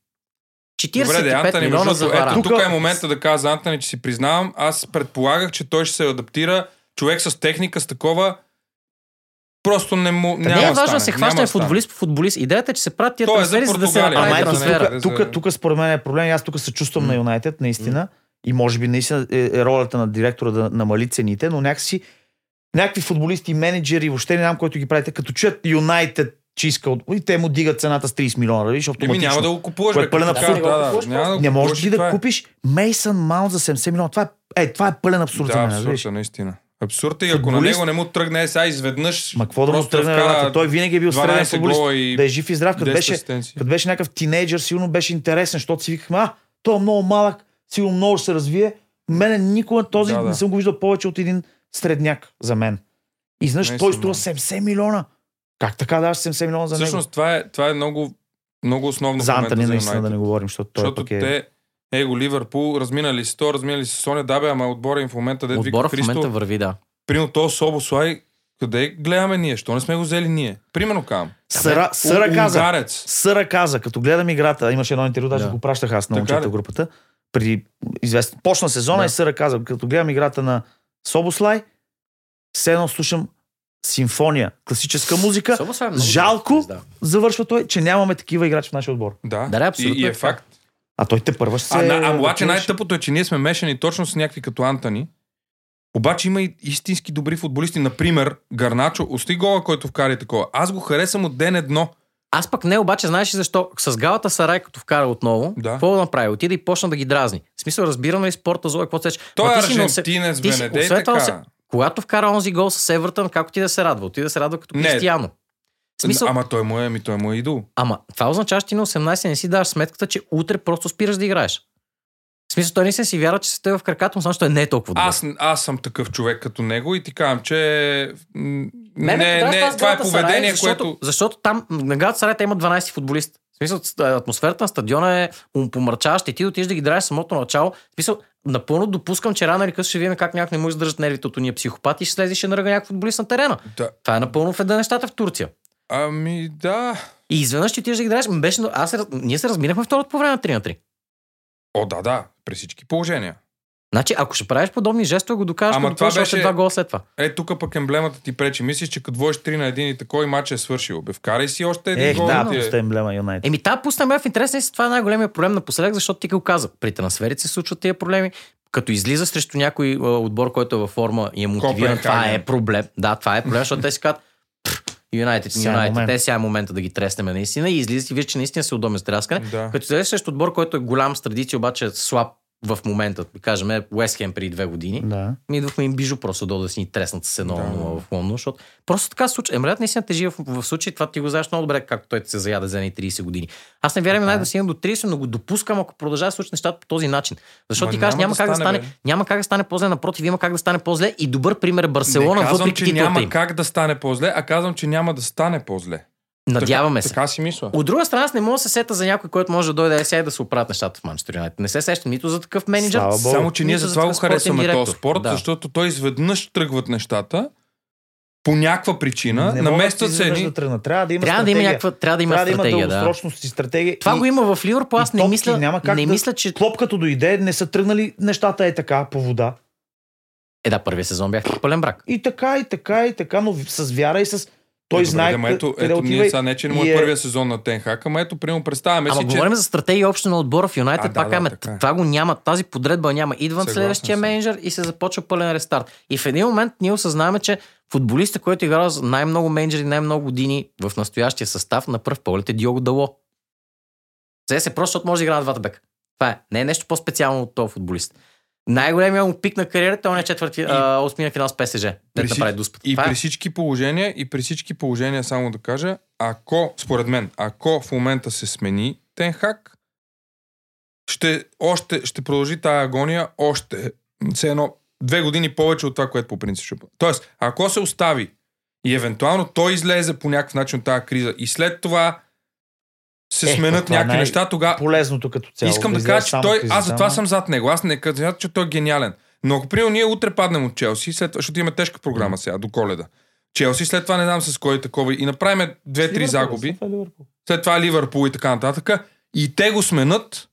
A: 45
C: Добре, де, Антони,
A: милиона
C: между
A: за
C: другото, ето
A: Варан.
B: тук-
C: тук е момента да кажа за Антони, че си признавам, аз предполагах, че той ще се адаптира, човек с техника, с такова, просто не му,
A: Та
C: няма
A: Не е
C: да
A: важно да
C: стане,
A: се
C: няма
A: хваща
C: да стане.
A: футболист по футболист. Идеята е, че се правят тия
C: То е за
A: трансфери, за да се
C: Португалия.
A: направи
B: Ама
C: Ай,
B: ето
A: трансфера.
C: трансфера.
B: тук, тук, тук според мен е проблем. Аз тук съчувствам
A: М.
B: на Юнайтед, наистина. И може би наистина е, е ролята на директора да намали цените, но някакси някакви футболисти, менеджери, въобще не знам който ги правите, като чуят Юнайтед, че иска от... И те му дигат цената с 30 милиона, нали? Ще
C: Еми, няма
B: автоматично.
C: да го купуваш,
B: Кое
C: бе,
B: е пълен
C: като
B: абсурд.
C: казваш, да, да,
A: Купуваш
C: няма да го
B: Не можеш
C: купуваш,
B: ли
C: това
B: да
C: е.
B: купиш Мейсън Маунт за 70 милиона? Това е, е, това е пълен абсурд за
C: Да,
B: мен. разбираш?
C: абсурд, е, наистина. Абсурд е, и ако на
B: Футболист-
C: него не му тръгне е, сега изведнъж.
B: Ма какво да му
C: просто
B: тръгне
C: вкара
B: работа? Той винаги е бил среден
C: 12
B: футболист.
C: гола и
B: Да е жив и здрав. Като
C: 10
B: беше,
C: асистенции.
B: като беше някакъв тинейджър, сигурно беше интересен, защото си викахме, а, той е много малък, сигурно много ще се развие. Мене никога този
C: Да, да.
B: не съм го виждал повече от един средняк за мен. И знаеш,
C: Не
B: той
C: съм,
B: струва
C: да.
B: 70 милиона. Как така даваш 70 милиона за
C: Всъщност, това е, това е много, много основно
B: него? За
C: в момента
B: Антони
C: за
B: наистина да
C: Юнайтед.
B: не говорим, защото той
C: Защото
B: пък е...
C: те, его Ливърпул, разминали си то, разминали си Соня, да бе, ама отбора им в момента, дед вика
A: Отбора в момента
C: Христо,
A: върви, да.
C: примерно то Собослай, къде гледаме ние? Що не сме го взели ние? Примерно кам.
B: Съра,
C: У-
B: Съра каза,
C: Унгарец.
B: Съра каза, като гледам играта, имаше едно интервю, даже
A: Да.
B: да. го пращах аз на
C: Така
B: момчета
C: ли?
B: в групата, при известен... Почна сезона
A: Да.
B: и Съра каза, като гледам играта на Собослай, все едно слушам симфония, класическа музика.
A: Собо сега е много
B: Жалко.
A: добър звезда.
B: Завършва той, че нямаме такива играчи в нашия отбор.
C: Да,
A: Да, да, абсолютно
C: и, и
A: е
C: е
A: така.
C: факт.
B: А той те първа ще се...
C: А, на, а обаче
B: развиваш.
C: най-тъпото е, че ние сме мешани точно с някакви като Антони. Обаче има и истински добри футболисти. Например, Гарначо, усти гола, който вкара и такова. Аз го харесвам от ден едно.
A: Аз пък не, обаче, знаеш ли защо? С галата Сарай, като вкара отново,
C: Да.
A: какво направи? Отиде и почна да ги дразни. В смисъл, разбирано и спорта зло, какво сечеш.
C: Той е
A: ти си носе-
C: аржентинец,
A: ти
C: бе,
A: си-
C: не дей
A: освен това,
C: така.
A: се- Когато вкара онзи гол с Евертън, как ти да се радва? Ти да се радва като
C: Не.
A: Кристияно. В смисъл, ама...
C: Ама той му е, ми той му е идол.
A: ама това означава, че ти на 18 не си даваш сметката, че утре просто спираш да играеш. В смисъл, той не се си вярва, че се в краката му, само че той не е толкова добър.
C: Аз, аз съм такъв човек като него и ти казвам, че м, не,
A: Мен ме
C: не,
A: дразни
C: не
A: с
C: това е
A: Галатасарай,
C: поведение,
A: защото,
C: което...
A: Защото там на Галатасарай те има 12 футболисти. В смисъл, ц- атмосферата на стадиона е помърчаваща и ти отиш да ги драеш самото начало. В смисъл, напълно допускам, че рано или късно ще видим как някой не може да държат нервите от уния психопати и ще слезе и ще наръга някакъв футболист на терена.
C: Да.
A: Това е напълно в една нещата в Турция.
C: Ами да.
A: И изведнъж ти отиш да ги драеш. М, Беше, аз, се раз- ние се разминахме второто по време на 3 на 3.
C: О, да, да. При всички положения. Значи,
A: Значи, ако ще правиш подобни жестове, го докажеш,
C: Ама
A: Ама това
C: това
A: беше...
C: беше-
A: два гола след това.
C: Е, тук пък емблемата ти пречи. Мислиш, че като водиш 3 на 1 и такой матч е свършил. Бе, вкарай си още един
B: Ех,
C: гол.
B: да,
C: ти е.
B: пуста емблема Юнайтед.
A: Еми, та пусна ме в интерес, наистина, това е най-големия проблем напоследък, защото ти го каза. При трансферите се случват тия проблеми. Като излиза срещу някой а, отбор, който е във форма и е мотивиран,
C: Копенхаген.
A: това е проблем. Да, това е проблем, защото те си казват, «Пф, Юнайтед,
B: Сега е
A: Юнайтед,
B: момент.
A: те сега е момента да ги треснеме наистина и излиза и вижда, че наистина се удобен с тряскане.
C: Да.
A: Като излезе срещу отбор, който е голям с традиция, обаче слаб в момента, да кажем, Уест Хем преди две години,
B: Да.
A: ние идвахме им бижу просто долу да си ни треснат с едно
C: Да.
A: да. в Лондон, защото просто така се случва. Емрят наистина тежи в, в случай, това ти го знаеш много добре, както той се заяде за едни 30 години. Аз не
C: е.
A: вярвам най да стигна до 30, но го допускам, ако продължава да се случат нещата по този начин. Защото
C: Ма
A: ти кажеш,
C: няма
A: няма,
C: да
A: как да
C: стане,
A: стане,
C: бе.
A: няма как да стане по-зле, напротив, има как да стане по-зле и добър пример е Барселона,
C: не казвам,
A: въпреки
C: че
A: титлата
C: няма
A: им.
C: как да стане по-зле, а казвам, че няма да стане по-зле.
A: Надяваме
C: така,
A: се.
C: Така си мисля.
A: От друга страна, аз не мога да се сета за някой, който може да дойде сега и да се оправят нещата в Манчестър Юнайтед. Не се сещам нито за такъв менеджер.
B: Слава Богу.
C: Само, че ние
A: нито за
C: затова го
A: такъв спортен
C: харесваме
A: директор.
C: този спорт, да.
A: Да.
C: защото той изведнъж тръгват нещата по някаква причина,
B: Не
C: наместват
B: могат
C: се
B: изведнъж
C: едни...
B: Да тръгнат. Трябва да има
A: Трябва да
B: стратегия.
A: има някаква, трябва да има
B: Трябва да има
A: стратегия, да.
B: дългосрочност и стратегия.
A: Това
B: и...
A: го има в Ливърпул, аз
B: и
A: не
B: топки,
A: мисля,
B: няма как
A: не
B: да-
A: мисля, че...
B: Клоп като дойде, не са тръгнали нещата е така, по вода.
A: Е, да, първия сезон бях пълен брак.
B: И така, и така, и така, но с вяра и с... Той
C: Е, Добре,
B: знае
C: де, ма
B: къ-
C: ето,
B: къде
C: ето
B: отива.
C: ние сега не, че не му
B: и
C: е
B: е-
C: първия сезон на Тенхак, ама ето, примерно, представяме
A: Ама
C: си, че...
A: говорим за стратегия общо на отбора в
C: А,
A: Юнайтед,
C: да,
A: пак
C: да,
A: казваме,
C: така е.
A: това го няма, тази подредба я няма. Идва
C: Съгласен
A: следващия
C: съм.
A: менеджер и се започва пълен рестарт. И в един момент ние осъзнаваме, че футболиста, който е играл за най-много менеджери, най-много години в настоящия състав, на пръв поглед е Диого Дало. Сега се просто, защото може да играе на двата бека. Това е. Не е нещо по-специално от този футболист. Най-големия му пик на кариерата, он е четвърти, а, осмия финал с ПСЖ. Да
C: При си-
A: направи дуспата.
C: И
A: Това е.
C: при всички положения, и при всички положения, само да кажа, ако, според мен, ако в момента се смени Тенхак, ще, още, ще продължи тая агония още все едно две години повече от това, което по принцип ще бъде. Тоест, ако се остави и евентуално той излезе по някакъв начин от тази криза и след това се
B: Е,
C: сменят
B: това е
C: някакви
B: най-
C: неща, тогава
B: Полезното като цяло.
C: Искам да
B: излезе
C: кажа, че
B: само
C: той.
B: като
C: Аз затова
B: излезе,
C: съм зад него. Аз не казвам, че той е гениален. Но ако приема ние утре паднем от Челси, след това, защото имаме тежка програма сега до коледа. Челси, след това не знам с кой такова и направим
B: ама-
C: две-три
B: Ливърпул,
C: загуби,
B: Ливърпул, Ливърпул.
C: след това Ливърпул и така нататък, и те го сменят,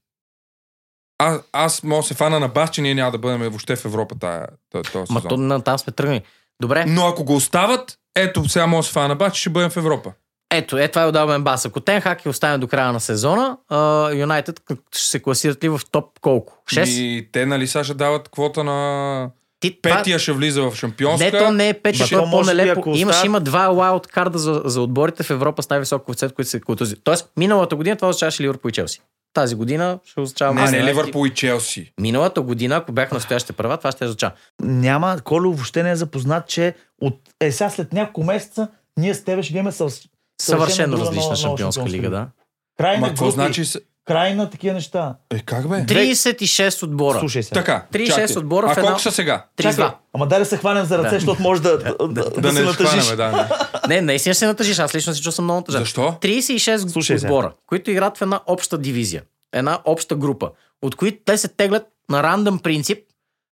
C: а, аз мога да се фана на бас, че ние няма да бъдем въобще в Европа тая, този, този
A: Ма то
C: сезон.
A: на там сме тръгнали. Добре,
C: Но ако го остават, ето сега мога да се фана на бас, че ще бъдем в Европа.
A: Ето, е, това е удобен бас. Ако Тенхак е остане до края на сезона, а, Юнайтед ще се класират ли в топ колко? 6?
C: И те, нали, сега ще дават квота на...
A: Ти, това-
C: Петия ще влиза в шампионска.
A: Не, то не е пет,
B: Ба,
A: защото
B: то
A: е
B: може би,
A: по-нелепо.
B: ако
A: Имаш,
B: остават-
A: има два лаут карда за, за отборите в Европа с най-висок коефициент, които се контузи. Тоест, миналата година това означаваше Ливърпул и Челси. Тази година ще означава
C: Не,
A: Ман
C: не,
A: Юнайтед.
C: Ливърпул и Челси.
A: Миналата година, ако бях на настоящите права, това ще означава.
B: Няма, Колю въобще не е запознат, че от... Е, сега след няколко месеца ние с тебе ще имаме със...
A: Съвършено
B: друга
A: различна
B: нова- нова
A: шампионска лига, да.
B: Край на
C: Ма какво
B: групи,
C: значи... с-
B: край на такива неща.
C: Е, как бе?
A: 36 отбора.
B: Слушай сега.
C: Така,
A: 36
C: чакай.
A: отбора в
C: А
A: една-
C: колко са сега?
A: 32.
B: Ама дай да се хванем за ръце,
A: Да.
B: защото може да, да, да,
C: Да
B: се
C: не
B: натъжиш.
C: схванаме, да. не.
A: Не, наистина се натъжиш. Аз лично се чувствам много натъжен.
C: Защо?
A: 36
B: Слушай сега.
A: отбора, които играят в една обща дивизия, една обща група, от които те се теглят на рандъм принцип,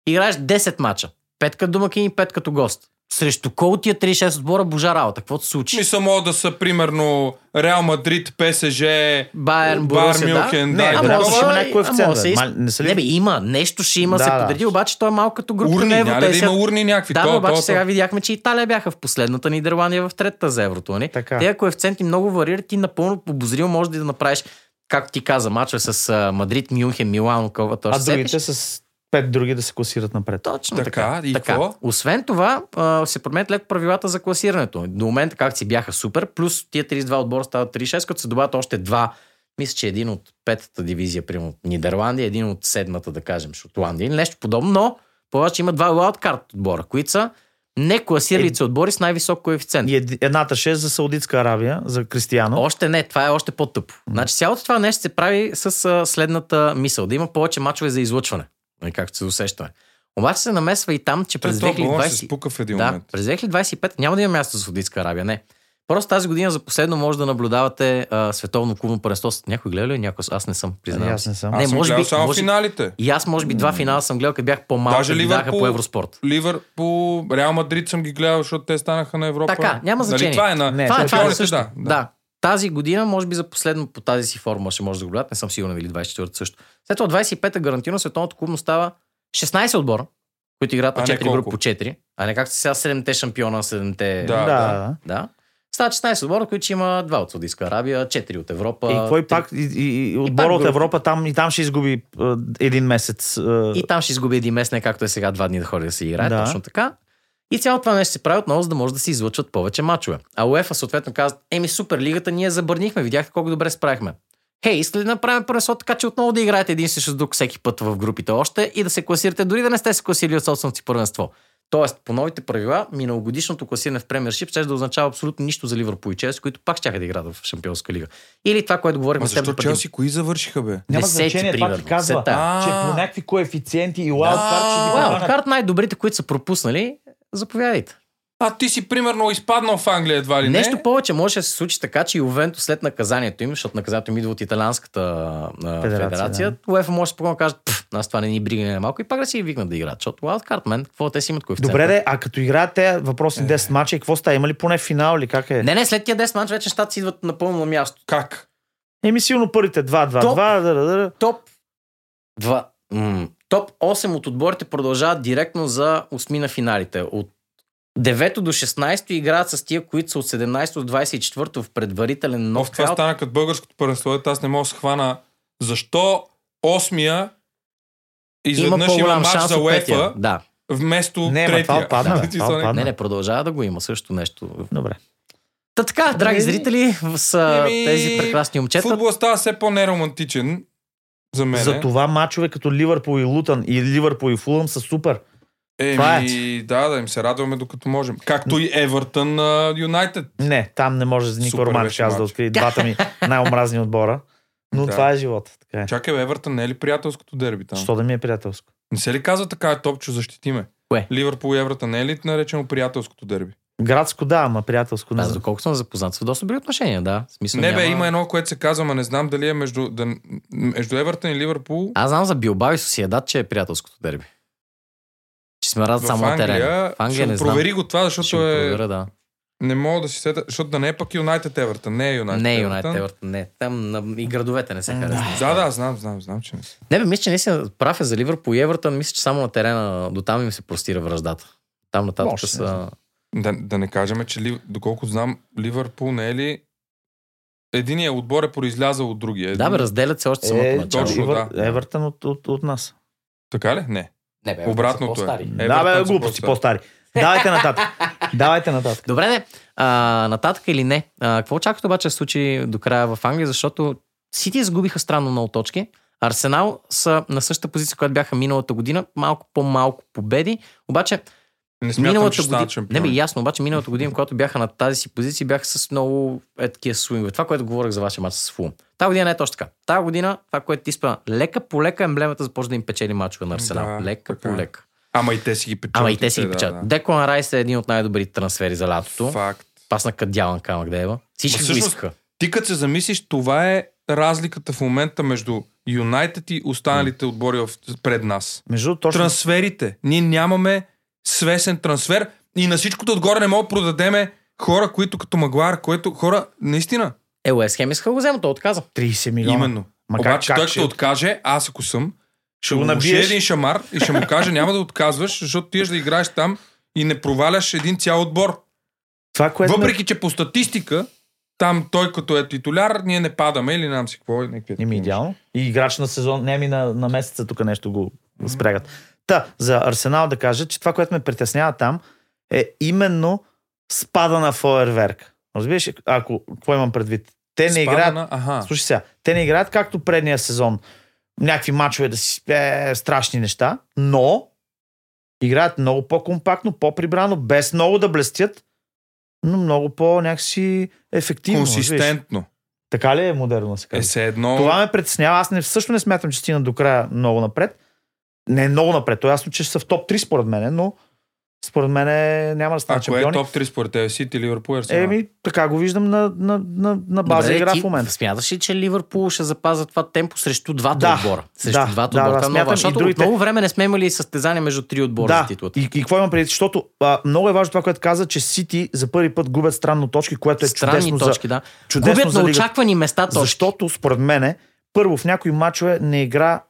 A: играеш 10 мача. Пет като домакин и пет като гост. Срещу кол тия 36 отбора, божа работа. Какво се случи?
C: Мисля, могат да са примерно Реал Мадрид, ПСЖ,
A: Байерн,
C: Бар
A: Борусия, да?
C: Мюнхен,
B: Не,
C: да.
A: А,
B: а,
A: може да
B: трябва да си има
A: е,
B: някакъв
A: а,
B: коефициент.
A: може да
B: бе.
A: е.
B: Ма- Не са ли?
A: Не бе, има, нещо ще има,
B: Да,
A: се
B: да.
A: подреди, обаче той е малко като група на
C: Урни, няма ли да има
A: Евро.
C: урни някакви?
A: Да,
C: То-
A: бе, обаче
C: то-
A: сега
C: то-
A: видяхме, че Италия бяха в последната, Нидерландия в третата нали? за еврото. Не?
B: Така.
A: Те коефициенти много варират и напълно обозримо може да направиш, както ти каза, мачове с а, Мадрид, Мюнхен, Милан, кълвата.
B: А другите с пет други да се класират напред.
A: Точно
C: Така,
A: така.
C: и какво?
A: Освен това, а, се променят леко правилата за класирането. До момента как си бяха супер, плюс тия 32 отбора стават 36, като се добавят още два. Мисля, че един от петата дивизия, примерно от Нидерландия, един от седмата, да кажем, Шотландия или нещо подобно, но повече има два лауткарт отбора, които са не класирали се отбори с най-висок коефициент.
B: И ед- едната шест за Саудитска Аравия, за Кристияно.
A: Още не, това е още по-тъпо. Значи цялото това нещо се прави с а, следната мисъл. Да има повече мачове за излъчване, нали, както се усещаме. Обаче се намесва и там, че
C: Той
A: през
C: това балон ще се
A: 2020...
C: спука в един
A: Да,
C: момент.
A: през 2025 няма да има място за Саудитска Арабия, не. Просто тази година за последно може да наблюдавате а, световно клубно първенство. Някой гледа ли някой? Аз не съм, признавам.
B: Ами, Аз не съм.
A: не,
C: Ами, Аз съм
A: може
C: гледал
A: би-
C: само
A: може-
C: финалите.
A: И аз може би два финала съм гледал, като бях по-малък,
C: Даже
A: да видяха
C: Ливърпул-
A: по Евроспорт.
C: Ливърпул, Реал Мадрид съм ги гледал, защото те станаха на Европа.
A: Така, няма значение.
C: Нали, това е на...
B: Не,
A: това, е, това е
C: шампионите,
A: също.
C: да,
A: Да,
C: да.
A: да. Тази година, може би за последно по тази си формула ще може да го гледат. Не съм сигурен дали 24-та също. След това 25-та гарантирано световното клубно става 16 отбора, които играят на
C: А не
A: 4 групи
C: колко?
A: по 4. А не както сега 7-те шампиона, 7-те...
C: Да,
B: Е, Да, да.
A: да. Стават 16 отбора, които ще има 2 от Саудитска Арабия, 4 от Европа.
B: И кой
A: три-
B: пак, и, и, и
A: пак
B: отбора от
A: групи.
B: Европа там, и там ще изгуби а, един месец. е, а,
A: И там ще изгуби един месец, не както е сега два дни да ходи да се играе,
B: Да.
A: да. точно така. И цялото това нещо се прави отново, за да може да се излъчват повече мачове. А УЕФА съответно казват, еми супер, лигата ние забърнихме, видяхте колко добре справихме. Хей, искате ли да направим първенство така, че отново да играете един срещу друг всеки път в групите още и да се класирате, дори да не сте се класирали от собственото си първенство. Тоест, по новите правила, миналогодишното класиране в Премьершип ще да означава абсолютно нищо за Ливърпул и Челси, които пак ще да играят в Шампионска лига. Или това, което
C: Ма
A: говорихме с теб
C: защо
A: до преди.
C: Челси кои завършиха, бе?
B: Няма
A: Десети,
B: значение, това ти
A: примерно.
B: казва,
A: Сета.
B: че
C: А.
B: по някакви коефициенти и лаукар, ще ги
C: А.
A: Wild
B: хванат.
A: Card най-добрите, които са пропуснали, заповядайте.
C: А ти си примерно изпаднал в Англия едва ли
A: Нещо
C: Нали не?
A: повече може да се случи така, че Ювенто след наказанието им, защото наказанието им идва от италианската а,
B: Федерация,
A: федерация, федерация УЕФА може спокойно да каже, «Пф, нас това не ни бригане малко и пак да си ги викнат да играят, защото Wildcard, мен, какво те си имат коефициент?
B: Добре, де, а като играят те
C: Е.
B: въпросни 10 мача, и какво става? Има ли поне финал или как е?
A: Не, не, след тия 10 матч вече щата си идват напълно на място.
C: Как?
B: Еми силно първите 2-2-2,
A: Топ.
B: да, да, да.
A: Топ 2. М- топ 8 от отборите продължават директно за осми на финалите. От 9 до 16 играят с тия, които са от 17 до 24 в предварителен
C: Но в това
A: нокаут.
C: стана като българското първенство, дето аз не мога да схвана защо осмия
A: Има
C: изведнъж има,
A: по-голям
C: матч
A: шанс
C: за
A: от петия.
C: УЕФА
A: Да.
C: вместо
B: Не, ма
C: третия.
B: това отпадна,
C: Ти
B: това
C: си
B: отпадна.
A: Не, не, продължава да го има също нещо.
B: Добре.
A: Та така, драги
C: Ами,
B: Еми,
A: зрители, са
C: еми,
A: тези прекрасни момчета.
C: Футбола става все по-неромантичен за мен.
B: За това мачове като Ливърпул и Лутън и Ливърпул и Фулъм са супер. това е.
C: Еми, да, да им се радваме докато можем. Както и Евертън а, Юнайтед.
B: Не, там не може за никой
C: Супер
B: роман
C: беше
B: аз да
C: мач.
B: открие двата ми най-омразни отбора. Но
C: Да.
B: това е живота. Така е.
C: Чакай, бе, Евертън не е ли приятелското дерби там?
B: Що да ми е приятелско?
C: Не се ли казва така, е топчо, защитиме?
A: Кое?
C: Ливърпул и Евертън не е ли наречено приятелското дерби?
B: Градско да, ама приятелско не.
A: Аз
B: знам.
A: доколко съм запознат, са в доста добри отношения, да. В Смисъл,
C: Не,
A: няма...
C: бе, има едно, което се казва, ма не знам дали е между, да, между Евертън и Ливърпул.
A: Аз знам за Билбао и Сосиедат, че е приятелското дерби. Че сме рад
C: в
A: само на терена.
C: Англия,
A: В Англия
C: ще
A: не
C: го
A: знам.
C: провери го това, защото
A: Ще го
C: е...
A: проверя, да.
C: не мога да си сета, защото да не е пък Юнайтед Евертън, не е Юнайтед
A: Не, Юнайтед Евертън, не. Там на... и градовете не се
B: Да.
A: харесват.
C: Да, да, знам, знам, знам, че не са.
A: Не, бе, мисля, че наистина прав е за Ливърпул и Евертън. Мисля, че само на терена до там им се простира враждата. Там нататък
B: Може, не
A: са...
C: Да, да не кажем, че Лив... доколко знам, Ливърпул не е ли... Единият отбор е произлязал от
A: Да,
C: другия.
A: бе,
C: Един-
A: разделят се още самото
B: Е,
A: начало.
C: точно,
B: Ливър-
C: да.
B: Евертън от, от, от нас.
C: Така ли? Не.
A: Не, бе,
C: Обратното е.
A: по-стари.
B: да, бе,
C: Евертън са
B: глупости,
C: по-стари.
B: по-стари. Давайте нататък. Давайте нататък.
A: Добре, не. А, нататък или не? А, какво очаквате обаче да се случи до края в Англия, защото Сити изгубиха странно много точки. Арсенал са на същата позиция, която бяха миналата година. Малко по-малко победи. Обаче,
C: Не смятам,
A: миналата
C: че
A: година...
C: станат
A: Не,
C: шампиони.
A: бе, ясно, обаче миналата година, когато бяха на тази си позиция, бяха с много е, такива свингове. Това, което говорих за вашия матч с Фулм. Та година не е точно така. Та година, това, което ти спомена, лека по лека емблемата започва да им печели мачове на Арсенал.
C: Да,
A: лека
C: така е.
A: по лека.
C: Ама и те си ги печатат.
A: Ама и те си ги
C: Да,
A: печатат.
C: да.
A: Деклан Райс е един от най-добрите трансфери за лятото.
C: Факт.
A: Пасна като дяван камък да ева. Всички
C: Ма
A: го
C: всъщност-
A: искаха.
C: Ти като се замислиш, това е разликата в момента между Юнайтед и останалите отбори в... пред нас.
B: Между другото, точно
C: Трансферите. Ние нямаме свесен трансфер и на всичкото отгоре не мога да продадеме хора, които като Магуар, които хора, наистина,
A: Е, Уест Хем иска да го взема, той отказа.
B: 30 милиона.
C: именно.
B: Ма как-
C: Обаче
B: как
C: той
B: ще- е.
C: ще откаже, аз ако съм, ще
B: го
C: му набие
B: набиеш.
C: един шамар и ще му каже, няма да отказваш, защото ти еш да играеш там и не проваляш един цял отбор.
B: Това, което ме-
C: Въпреки, че по статистика, там той като е титуляр, ние не падаме или нам си какво. и някакви
B: Еми
C: такива
B: идеално. И играч на сезон, не ми на, на месеца тук нещо го спрягат. Та, за Арсенал да кажа, че това, което ме притеснява там, е именно спада на фойерверк. Разбираш, ли? ако, какво имам предвид? Те Е, не
C: неща.
B: играят,
C: Спадана, аха.
B: слушай сега, те не играят както предния сезон, някакви мачове да си е, страшни неща, но играят много по-компактно, по-прибрано, без много да блестят, но много по-някакси ефективно. разбираш ли?
C: консистентно.
B: Така ли е модерно да се
C: Е,
B: казва?
C: се едно.
B: Това ме притеснява. Аз не, също не смятам, че стигна до края много напред. Не е много напред. То е ясно, че ще са в топ 3 според мен, но според мен няма да станат
C: Ако е
B: шампиони.
C: топ 3 според тебе, Сити, Ливърпул, Арсенал.
B: Еми, така го виждам на, на, на, на база
A: Добре,
B: игра
A: Нали, ти
B: в момента.
A: Смяташ ли, че Ливърпул ще запазва това темпо срещу двата
B: Да,
A: отбора? Срещу
B: да,
A: двата
B: да,
A: отбора. Това
B: да,
A: е много
B: смятам
A: важно,
B: и
A: защото
B: другите.
A: от много време не сме имали състезание между три отбора за
B: Да,
A: титлата.
B: и, и какво имам преди? Защото а, много е важно това, което каза, че Сити за първи път губят странно точки, което е
A: Странни
B: чудесно
A: точки,
B: за,
A: да.
B: чудесно
A: Губят
B: за
A: на
B: лигата.
A: очаквани места точки.
B: Защото, според мен, първо в някои матчове не игра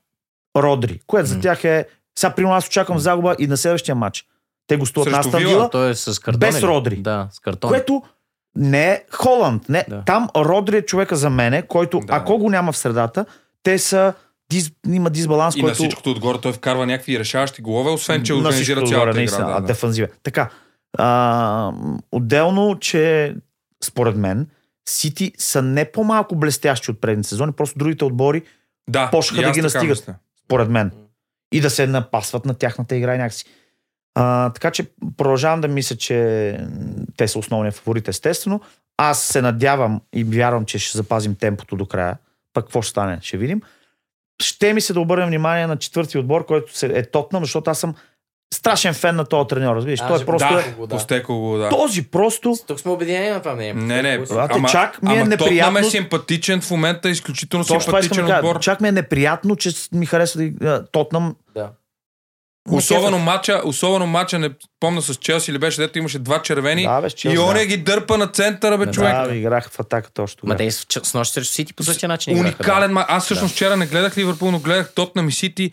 B: Родри, което за
A: М.
B: тях е... Сега, примерно, аз очаквам загуба и на следващия матч. Те гостуват на
C: Срещу
B: Астан
C: Вила,
B: Вила.
A: Той е с картон.
B: Без
A: или?
B: Родри.
A: Да, с картон.
B: Което не е Холанд. Не.
A: Да.
B: Да. Там Родри е човека за мене, който
C: Да.
B: да. ако го няма в средата, те са дис, има дисбаланс,
C: И на
B: който
C: всичкото отгоре той вкарва някакви решаващи голове, освен че организира
B: всичкото
C: цялата
B: отгоре,
C: игра.
B: наистина,
C: Да,
B: а,
C: да.
B: дефанзива. Така, а, отделно, че според мен Сити са не по-малко блестящи от предни сезони, просто другите отбори,
C: Да,
B: Почнаха
C: и
B: да
C: аз
B: ги
C: така
B: настигат.
C: мисля.
B: според мен. И да се напасват на тяхната игра и някакси. А, така че продължавам да мисля, че м, те са основният фаворит, естествено. Аз се надявам и вярвам, че ще запазим темпото до края. Пък какво ще стане, ще видим. Ще ми се да обърнем внимание на четвърти отбор, който се е Тотнам, защото аз съм страшен фен на този треньор. Разбираш, той е просто...
C: да,
B: е-
A: Постеколо, да.
C: Постеко го, да.
B: Този просто...
A: Тук сме обединени на това мнение.
C: Не, не,
A: Постеколо си.
B: брат. Ате, чак ми е неприятно-
C: Тотнам е симпатичен в момента, изключително
B: Точно това искам
C: симпатичен
B: да кажа.
C: отбор.
B: Чак ми е неприятно, че с- ми харесва да а, Тотнам.
A: Да.
C: Особено матча, особено матча, не помня с Челси или беше, дето имаше два червени.
B: Да, бе, с Челси,
C: и
B: да.
C: оня ги дърпа на центъра, бе,
A: Да,
C: човек.
B: Да, играха в атака точно.
A: Ма
B: тогава.
A: те с ч- с нощи срещу Сити по същия начин. играха, да.
C: Уникален ма. Аз всъщност
A: Да.
C: вчера не гледах Ливърпул, но гледах Тотнам и Сити.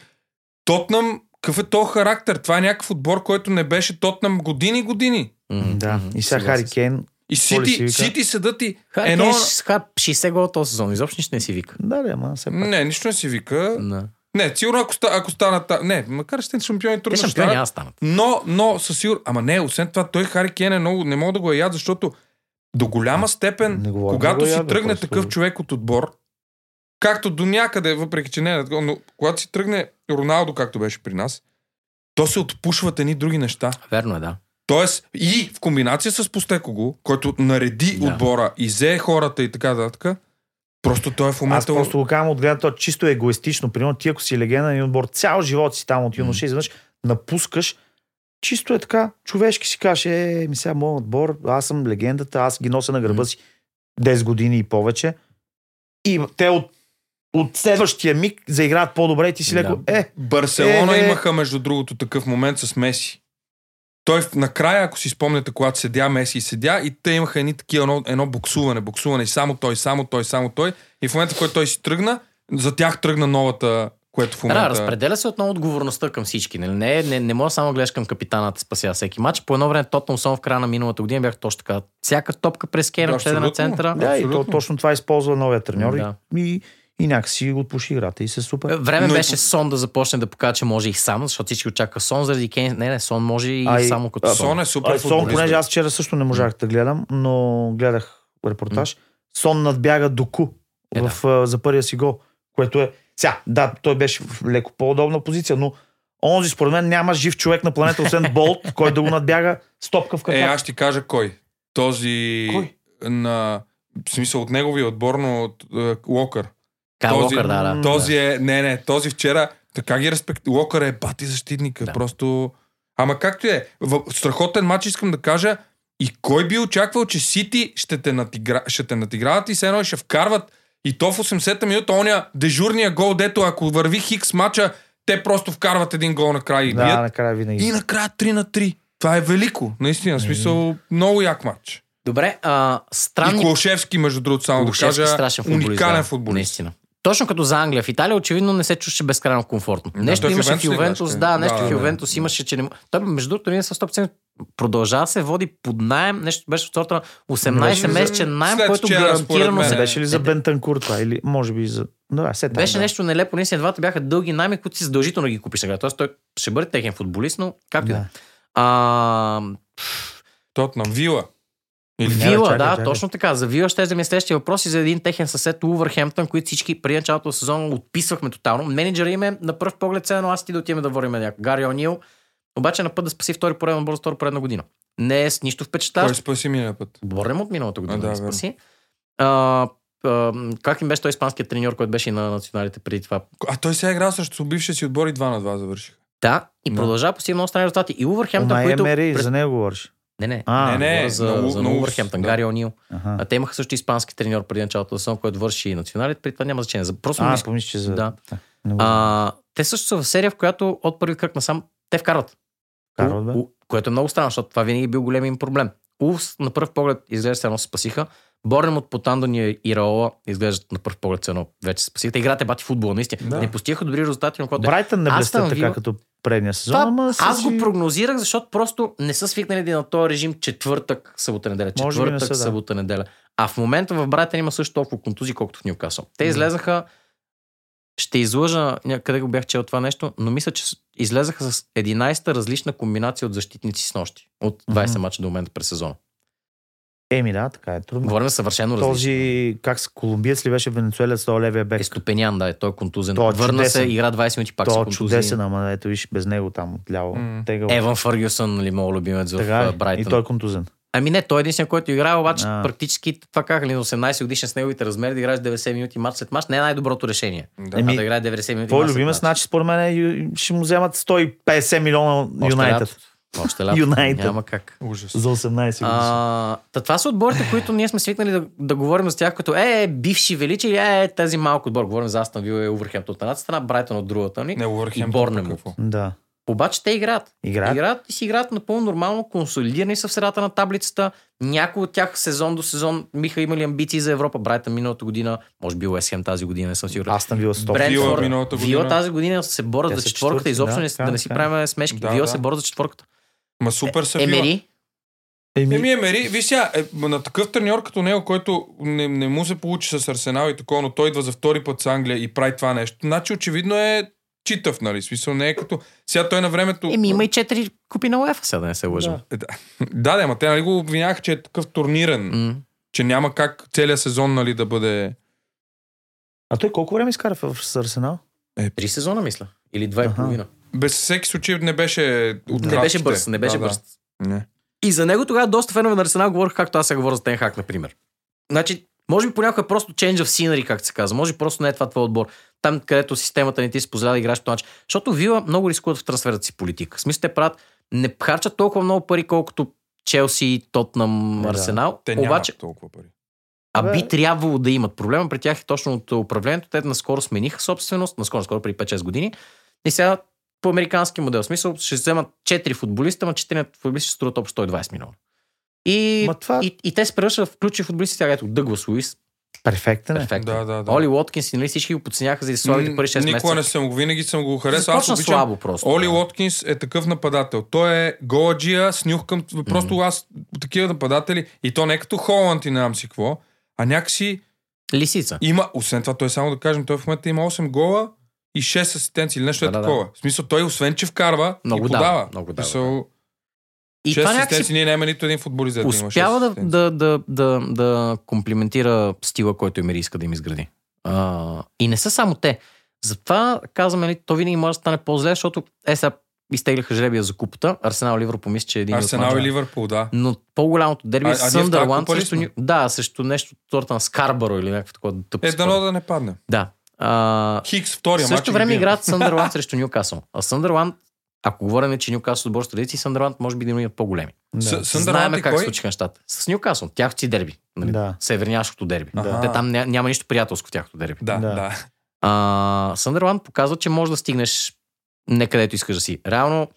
C: Тотнам, какъв е то характер? Това е някакъв отбор, който не беше Тотнам години и години.
A: М,
B: Да.
A: м,
B: И сега
A: съгласен
B: Хари
A: съм.
B: Кейн.
C: И
B: Какво ли си
C: Сити,
B: вика?
C: Сити седат и
A: Хари е
C: едно...
A: Кейн ще схват 60 гола този сезон. Изобщо нищо не си вика.
B: Да, да, ма все пак.
C: Не, нищо не си вика.
A: Да.
C: Не, сигурно ако, ста, ако станат... та- Не, макар ще сте шампиони,
A: Те
C: трудно ще
A: шампиони
C: станат.
A: аз станат.
C: Но, но със сигур... Ама не, освен това, той Хари Кейн е много... Не мога да го я яд, защото до голяма степен,
B: Не говорим да
C: когато
B: го е
C: си
B: я яд, бе,
C: тръгне
B: просто.
C: такъв човек от отбор, както до някъде, въпреки че не е, такова, но когато си тръгне Роналдо, както беше при нас, то се отпушват едни други неща.
A: Верно е, да.
C: Тоест и в комбинация с Постекого, който нареди
A: Да.
C: отбора и взе хората и така нататък, просто той е в момента...
B: Аз просто го казвам от гледна точка чисто егоистично. Примерно ти ако си легенда на един отбор, цял живот си там от юноша, изведнъж напускаш, чисто е така, човешки си кажеш, е, ми сега моят отбор, аз съм легендата, аз ги нося на гърба си 10 години и повече. И те от, от следващия миг заиграят по-добре и ти си
A: Да.
B: леко, е,
C: Барселона
B: Е, е.
C: имаха, между другото, такъв момент с Меси. Той в- накрая, ако си спомняте, когато седя Меси и седя, и те имаха едни такива, едно, едно буксуване, буксуване и само той, само той, само той. И в момента, в който той си тръгна, за тях тръгна новата, което в момента...
A: Да, разпределя се отново отговорността към всички. нали? Не, не, не може само да гледаш към капитана да те спася всеки матч. По едно време Тотнам Сон в края на миналата година бях точно така. Всяка топка през Кейн, ако ще е на
C: Абсолютно.
A: центъра.
B: да, и то,
C: Абсолютно.
B: точно това използва новия треньор
A: Да.
B: и, и, и някакси го отпуши играта и се супер.
A: Време
C: Но и
A: беше
C: по-
A: Сон да започне да покаже, че може и сам, защото всички очакаха Сон заради Кейн. Не, не, Сон може и
B: А и-
A: само като
B: а,
A: Сон.
C: Сон е супер
B: Ай, Сон,
C: футболист,
B: понеже
C: бе.
B: аз вчера също не можах да гледам, но гледах репортаж. Сон надбяга Доку
A: Е, да.
B: в, а, за първия си гол, което е... Сега, да, той беше в леко по-удобна позиция, но онзи според мен няма жив човек на планета, освен Болт, който да го надбяга стопка в
C: Е,
B: краката.
C: аз ще ти кажа кой. Този...
B: Кой?
C: На... В смисъл от неговия отбор, но от е, Локър.
A: Кайл
C: този-
A: Уокър, да, да.
C: Този е... Не, не, този вчера... Така ги респект... Локър е бати защитника.
A: Да.
C: Да. Просто... Ама както и е, в страхотен матч искам да кажа и кой би очаквал, че Сити ще те, натигра... ще те натиграват и се едно и ще вкарват и то в 80-та минута, оня дежурния гол, дето ако върви Хикс мача, те просто вкарват един гол накрая и
B: да,
C: бият.
B: накрая винаги.
C: И накрая 3 на 3. Това е велико, наистина. В смисъл, много як матч.
A: Добре, а, странни
C: И Клошевски, между другото, само
A: Лукашевски
C: да кажа,
A: страшен футболист.
C: уникален
A: да.
C: футболист.
A: Наистина. Точно като за Англия. В Италия очевидно не се чуше безкрайно комфортно.
C: Да,
A: нещо
C: той в
A: имаше в
C: Ювентус ли
A: Ювентус,
C: играше?
A: да, нещо
C: Да,
A: в
C: да, да.
A: Ювентус имаше, че не... м- Той, между другото, ние с 100% продължава да се води под найем, нещо беше в сорта на 18
B: Не беше ли
C: месечен
A: месечен найем,
C: след
A: който
C: вчера, според
A: гарантирано
C: мен.
A: се
B: Не беше ли за
A: Е,
B: Бентанкур това? Или може би за... Да, все там,
A: беше
B: да.
A: нещо нелепо, наистина двата бяха дълги найми, които си задължително ги купиш сега. Тоест той ще бъде техен футболист, но както и да.
B: Да.
A: А,
C: Тот на Вила.
B: Не,
C: Или
B: бе,
A: Вила,
B: чакай,
A: да,
B: чакай.
A: точно така. За Вила ще да ми е следващия въпрос и за един техен съсед Улвърхемптън, които всички при началото на сезона отписвахме тотално. Менеджера им е на пръв поглед, все едно аз и ти да отиваме да говорим някой. Гари Онил, обаче е на път да спаси втори пореден отбор за втора поредна година. Не е с нищо
C: Кой
A: впечатляващо.
C: спаси миналия път?
A: Борем от миналата година
C: А, да,
A: да,
C: верно.
A: спаси. А, а, как им беше той испанският треньор, който беше и на националите преди това?
C: А той сега игра срещу бившия си отбор и 2 на 2 завършиха.
A: Да, и
C: Да.
A: продължава по си много странни резултати. И Увърхемптън,
B: Ома
A: които...
B: Емери,
A: пред-
B: за него говориш.
A: Не, не.
B: А,
C: не, не,
A: говоря за,
C: на,
A: за
C: на Улс,
A: Увърхемптън,
C: да.
A: Гари Онил.
B: Аха.
A: А те имаха също испански треньор преди началото на сезона, който върши и националите, преди това няма значение. За- Просто а,
B: А, помниш, че за...
A: Да.
B: Не го
A: А, те също са в серия, в която от първи кръг насам те вкарват.
B: вкарват, бе.
A: У- у- което е много странно, защото това винаги е бил голям им проблем. Улс на пръв поглед изглежда се едно се спасиха. Борнем от Потандония и Раола изглеждат на пръв поглед се едно вече се спасиха. Те играте бати футбол, наистина.
C: Да.
A: Не постигаха добри резултати, но когато...
B: Брайтън не
A: Аз
B: блестят
A: съм
B: така
A: Вила.
B: като предния сезон,
A: Това-
B: ама са
A: Аз
B: си-
A: го прогнозирах, защото просто не са свикнали да е на този режим четвъртък, събота, неделя.
B: Може би не
A: Четвъртък,
B: са, да.
A: събота, неделя. А в момента в Брайтън има също толкова контузии, колкото в Ньюкасъл. Те
C: Да.
A: излезаха, ще излъжа някъде го бях чел това нещо, но мисля, че с- излезаха с 11-та различна комбинация от защитници с нощи. От 20
B: Мгм.
A: мача до момента през сезона.
B: Еми да, така е трудно.
A: Говорим за съвършено различно.
B: Този, как с Колумбиец ли беше Венецуелец, той левия бек.
A: Е стопенян, да, е, той е контузен.
B: Той е
A: Върна се,
B: чудесен.
A: игра 20 минути, пак се
B: То
A: контузен.
B: чудесен, ама ето виж, без него там отляво.
C: М.
B: Тегъл.
A: Еван Фъргюсън, нали, моят любимец в
B: Така е.
A: а,
B: И
A: Брайтън.
B: той е контузен.
A: Ами не, той е единствен, който играе, обаче
B: А.
A: практически това как ли, на 18 годишен с неговите размери да играеш 90 минути мач след мач, не е най-доброто решение.
C: Да.
A: Еми,
B: Еми,
A: да играе 90 минути.
B: Твой
A: мач след
B: любимец,
A: мач.
B: значи според мен е ю- ще му вземат 150 милиона
A: Още
B: Юнайтед.
A: лято. Още лято.
B: Юнайтед.
A: Няма как.
C: Ужас.
B: За 18 години.
A: А, та това са отборите, които ние сме свикнали да, да говорим за тях като е, е, бивши величи или е, е, тази малко отбор. Говорим за Астон Вилла и Увърхемт от едната страна, Брайтън от другата. Нали?
C: Не, Уърхем.
A: И Борнемут.
B: Да.
A: Обаче те играят.
B: Играят.
A: Играят и си играят напълно нормално, консолидирани са в средата на таблицата. Някои от тях сезон до сезон биха имали амбиции за Европа. Брайтън миналата година, може би Уесхем тази година, не съм сигурен.
B: Аз съм бил 100.
C: Брентфорд.
A: Брентфорд,
C: Вила е миналата година.
A: Вила тази година се борят
B: Те
A: за
B: са
A: четворката.
B: четвърти,
A: Изобщо
B: да,
A: не, да
B: така,
A: не си
B: така.
A: правим смешки.
C: Да,
A: Вила
C: да.
A: се борят за четворката.
C: Ма супер са била.
A: Е, Емери,
B: Еми,
C: Еми, Емери, виж сега, е, м, на такъв треньор като него, който не, не му се получи с Арсенал и такова, но той идва за втори път с Англия и прави това нещо. Значи очевидно е читав, нали? Смисъл не е като... Сега той на времето...
A: Еми, има и четири купи на УЕФА, сега да не се лъжим.
C: Е, Да, да, да, ма те нали го обвиняваха, че е такъв турнирен,
A: Да.
C: че няма как целият сезон нали да бъде...
B: А той колко време изкара в с Арсенал?
A: Три сезона, мисля. Или два и
B: Аха.
A: половина.
C: Без всеки случай не беше от
A: Не беше
C: кратките.
A: бърз, не беше
C: да,
A: бърз.
C: Да. Не.
A: И за него тогава доста фенове на Арсенал говорих, както аз се говоря за Тенхак, например. Значи, може би понякога е просто change of scenery, както се казва. Може би просто не е това твой отбор. Там, където системата не ти се позволява да играеш по този начин. Защото Вила много рискуват в трансферната си политика. В смисъл те правят, не харчат толкова много пари, колкото Челси, Тотнам,
B: Да.
A: Арсенал.
C: Те нямат
A: Обаче,
C: Обаче... толкова пари.
A: А
B: Абе.
A: би трябвало да имат. Проблема при тях е точно от управлението. Те наскоро смениха собственост, наскоро, скоро при 5-6 години. И сега по американски модел. В смисъл ще вземат 4 футболиста, ама 4 футболисти ще струват общо 120 милиона. И,
B: Ма това-
A: и, и, те се превръщат в ключови футболисти. Сега ето Дъглас Луис,
B: Перфектен е.
A: перфектно.
C: Да, да, да.
A: Оли Уоткинс и нали всички го подценяха за слабите
C: М,
A: пари 6
C: Никога не
A: месеца.
C: съм го, винаги съм го харесал. Аз
A: Започна
C: обичам
A: слабо просто.
C: Оли
A: да.
C: Лоткинс е такъв нападател. Той е голаджия, снюхкам. Просто аз такива нападатели. И то не е като Холанд и не знам си какво, а някакси
A: Лисица.
C: има. Освен това, той само да кажем, той в момента има 8 гола и 6 асистенции или нещо
A: Да,
C: е
A: да, да.
C: такова. В смисъл, той освен че вкарва,
A: Много
C: и
A: дава,
C: подава.
A: много
C: В
A: дава,
C: смисъл,
A: И
C: 6
A: това
C: асистенции,
A: някакси
C: ние нямаме нито един футболист, да има 6
A: успява да,
C: асистенции.
A: да, да, да, да комплиментира стила, който Емери иска да им изгради. А, и не са само те. Затова казваме, нали, то винаги може да стане по-зле, защото е сега изтегляха жребия за купата. Арсенал Ливър помисли, че е един от
C: Арсенал и
A: мачовете.
C: Ливърпул, да.
A: Но по-голямото дерби
C: А-
A: е
C: а ние в тази
A: Съндърланд
C: купа ли
A: срещу...
C: сме?
A: Ню- Да, срещу нещо от сорта на Скарбаро или някакво такова тъпо.
C: Е,
A: според.
C: дано да не падне.
A: Да. А,
C: Хикс,
A: в
C: втория
A: същото
C: мач.
A: време играят Съндърланд срещу Нюкасъл. А Съндърланд, ако говорим, че Нюкасъл е отбор с традиции, Съндърланд може би да има по-големи.
B: Да.
A: Знаеме
C: Съндърнат
A: как се
C: кой?
A: случиха нещата. С Нюкасъл, тяхти дерби. Нали?
B: Да.
A: Северняшкото дерби.
C: Аха.
A: Те там ня, няма нищо приятелско в тяхното дерби.
C: Да,
B: Да.
C: да.
A: А, Съндърланд показва, че може да стигнеш не където искаш да си. Реално,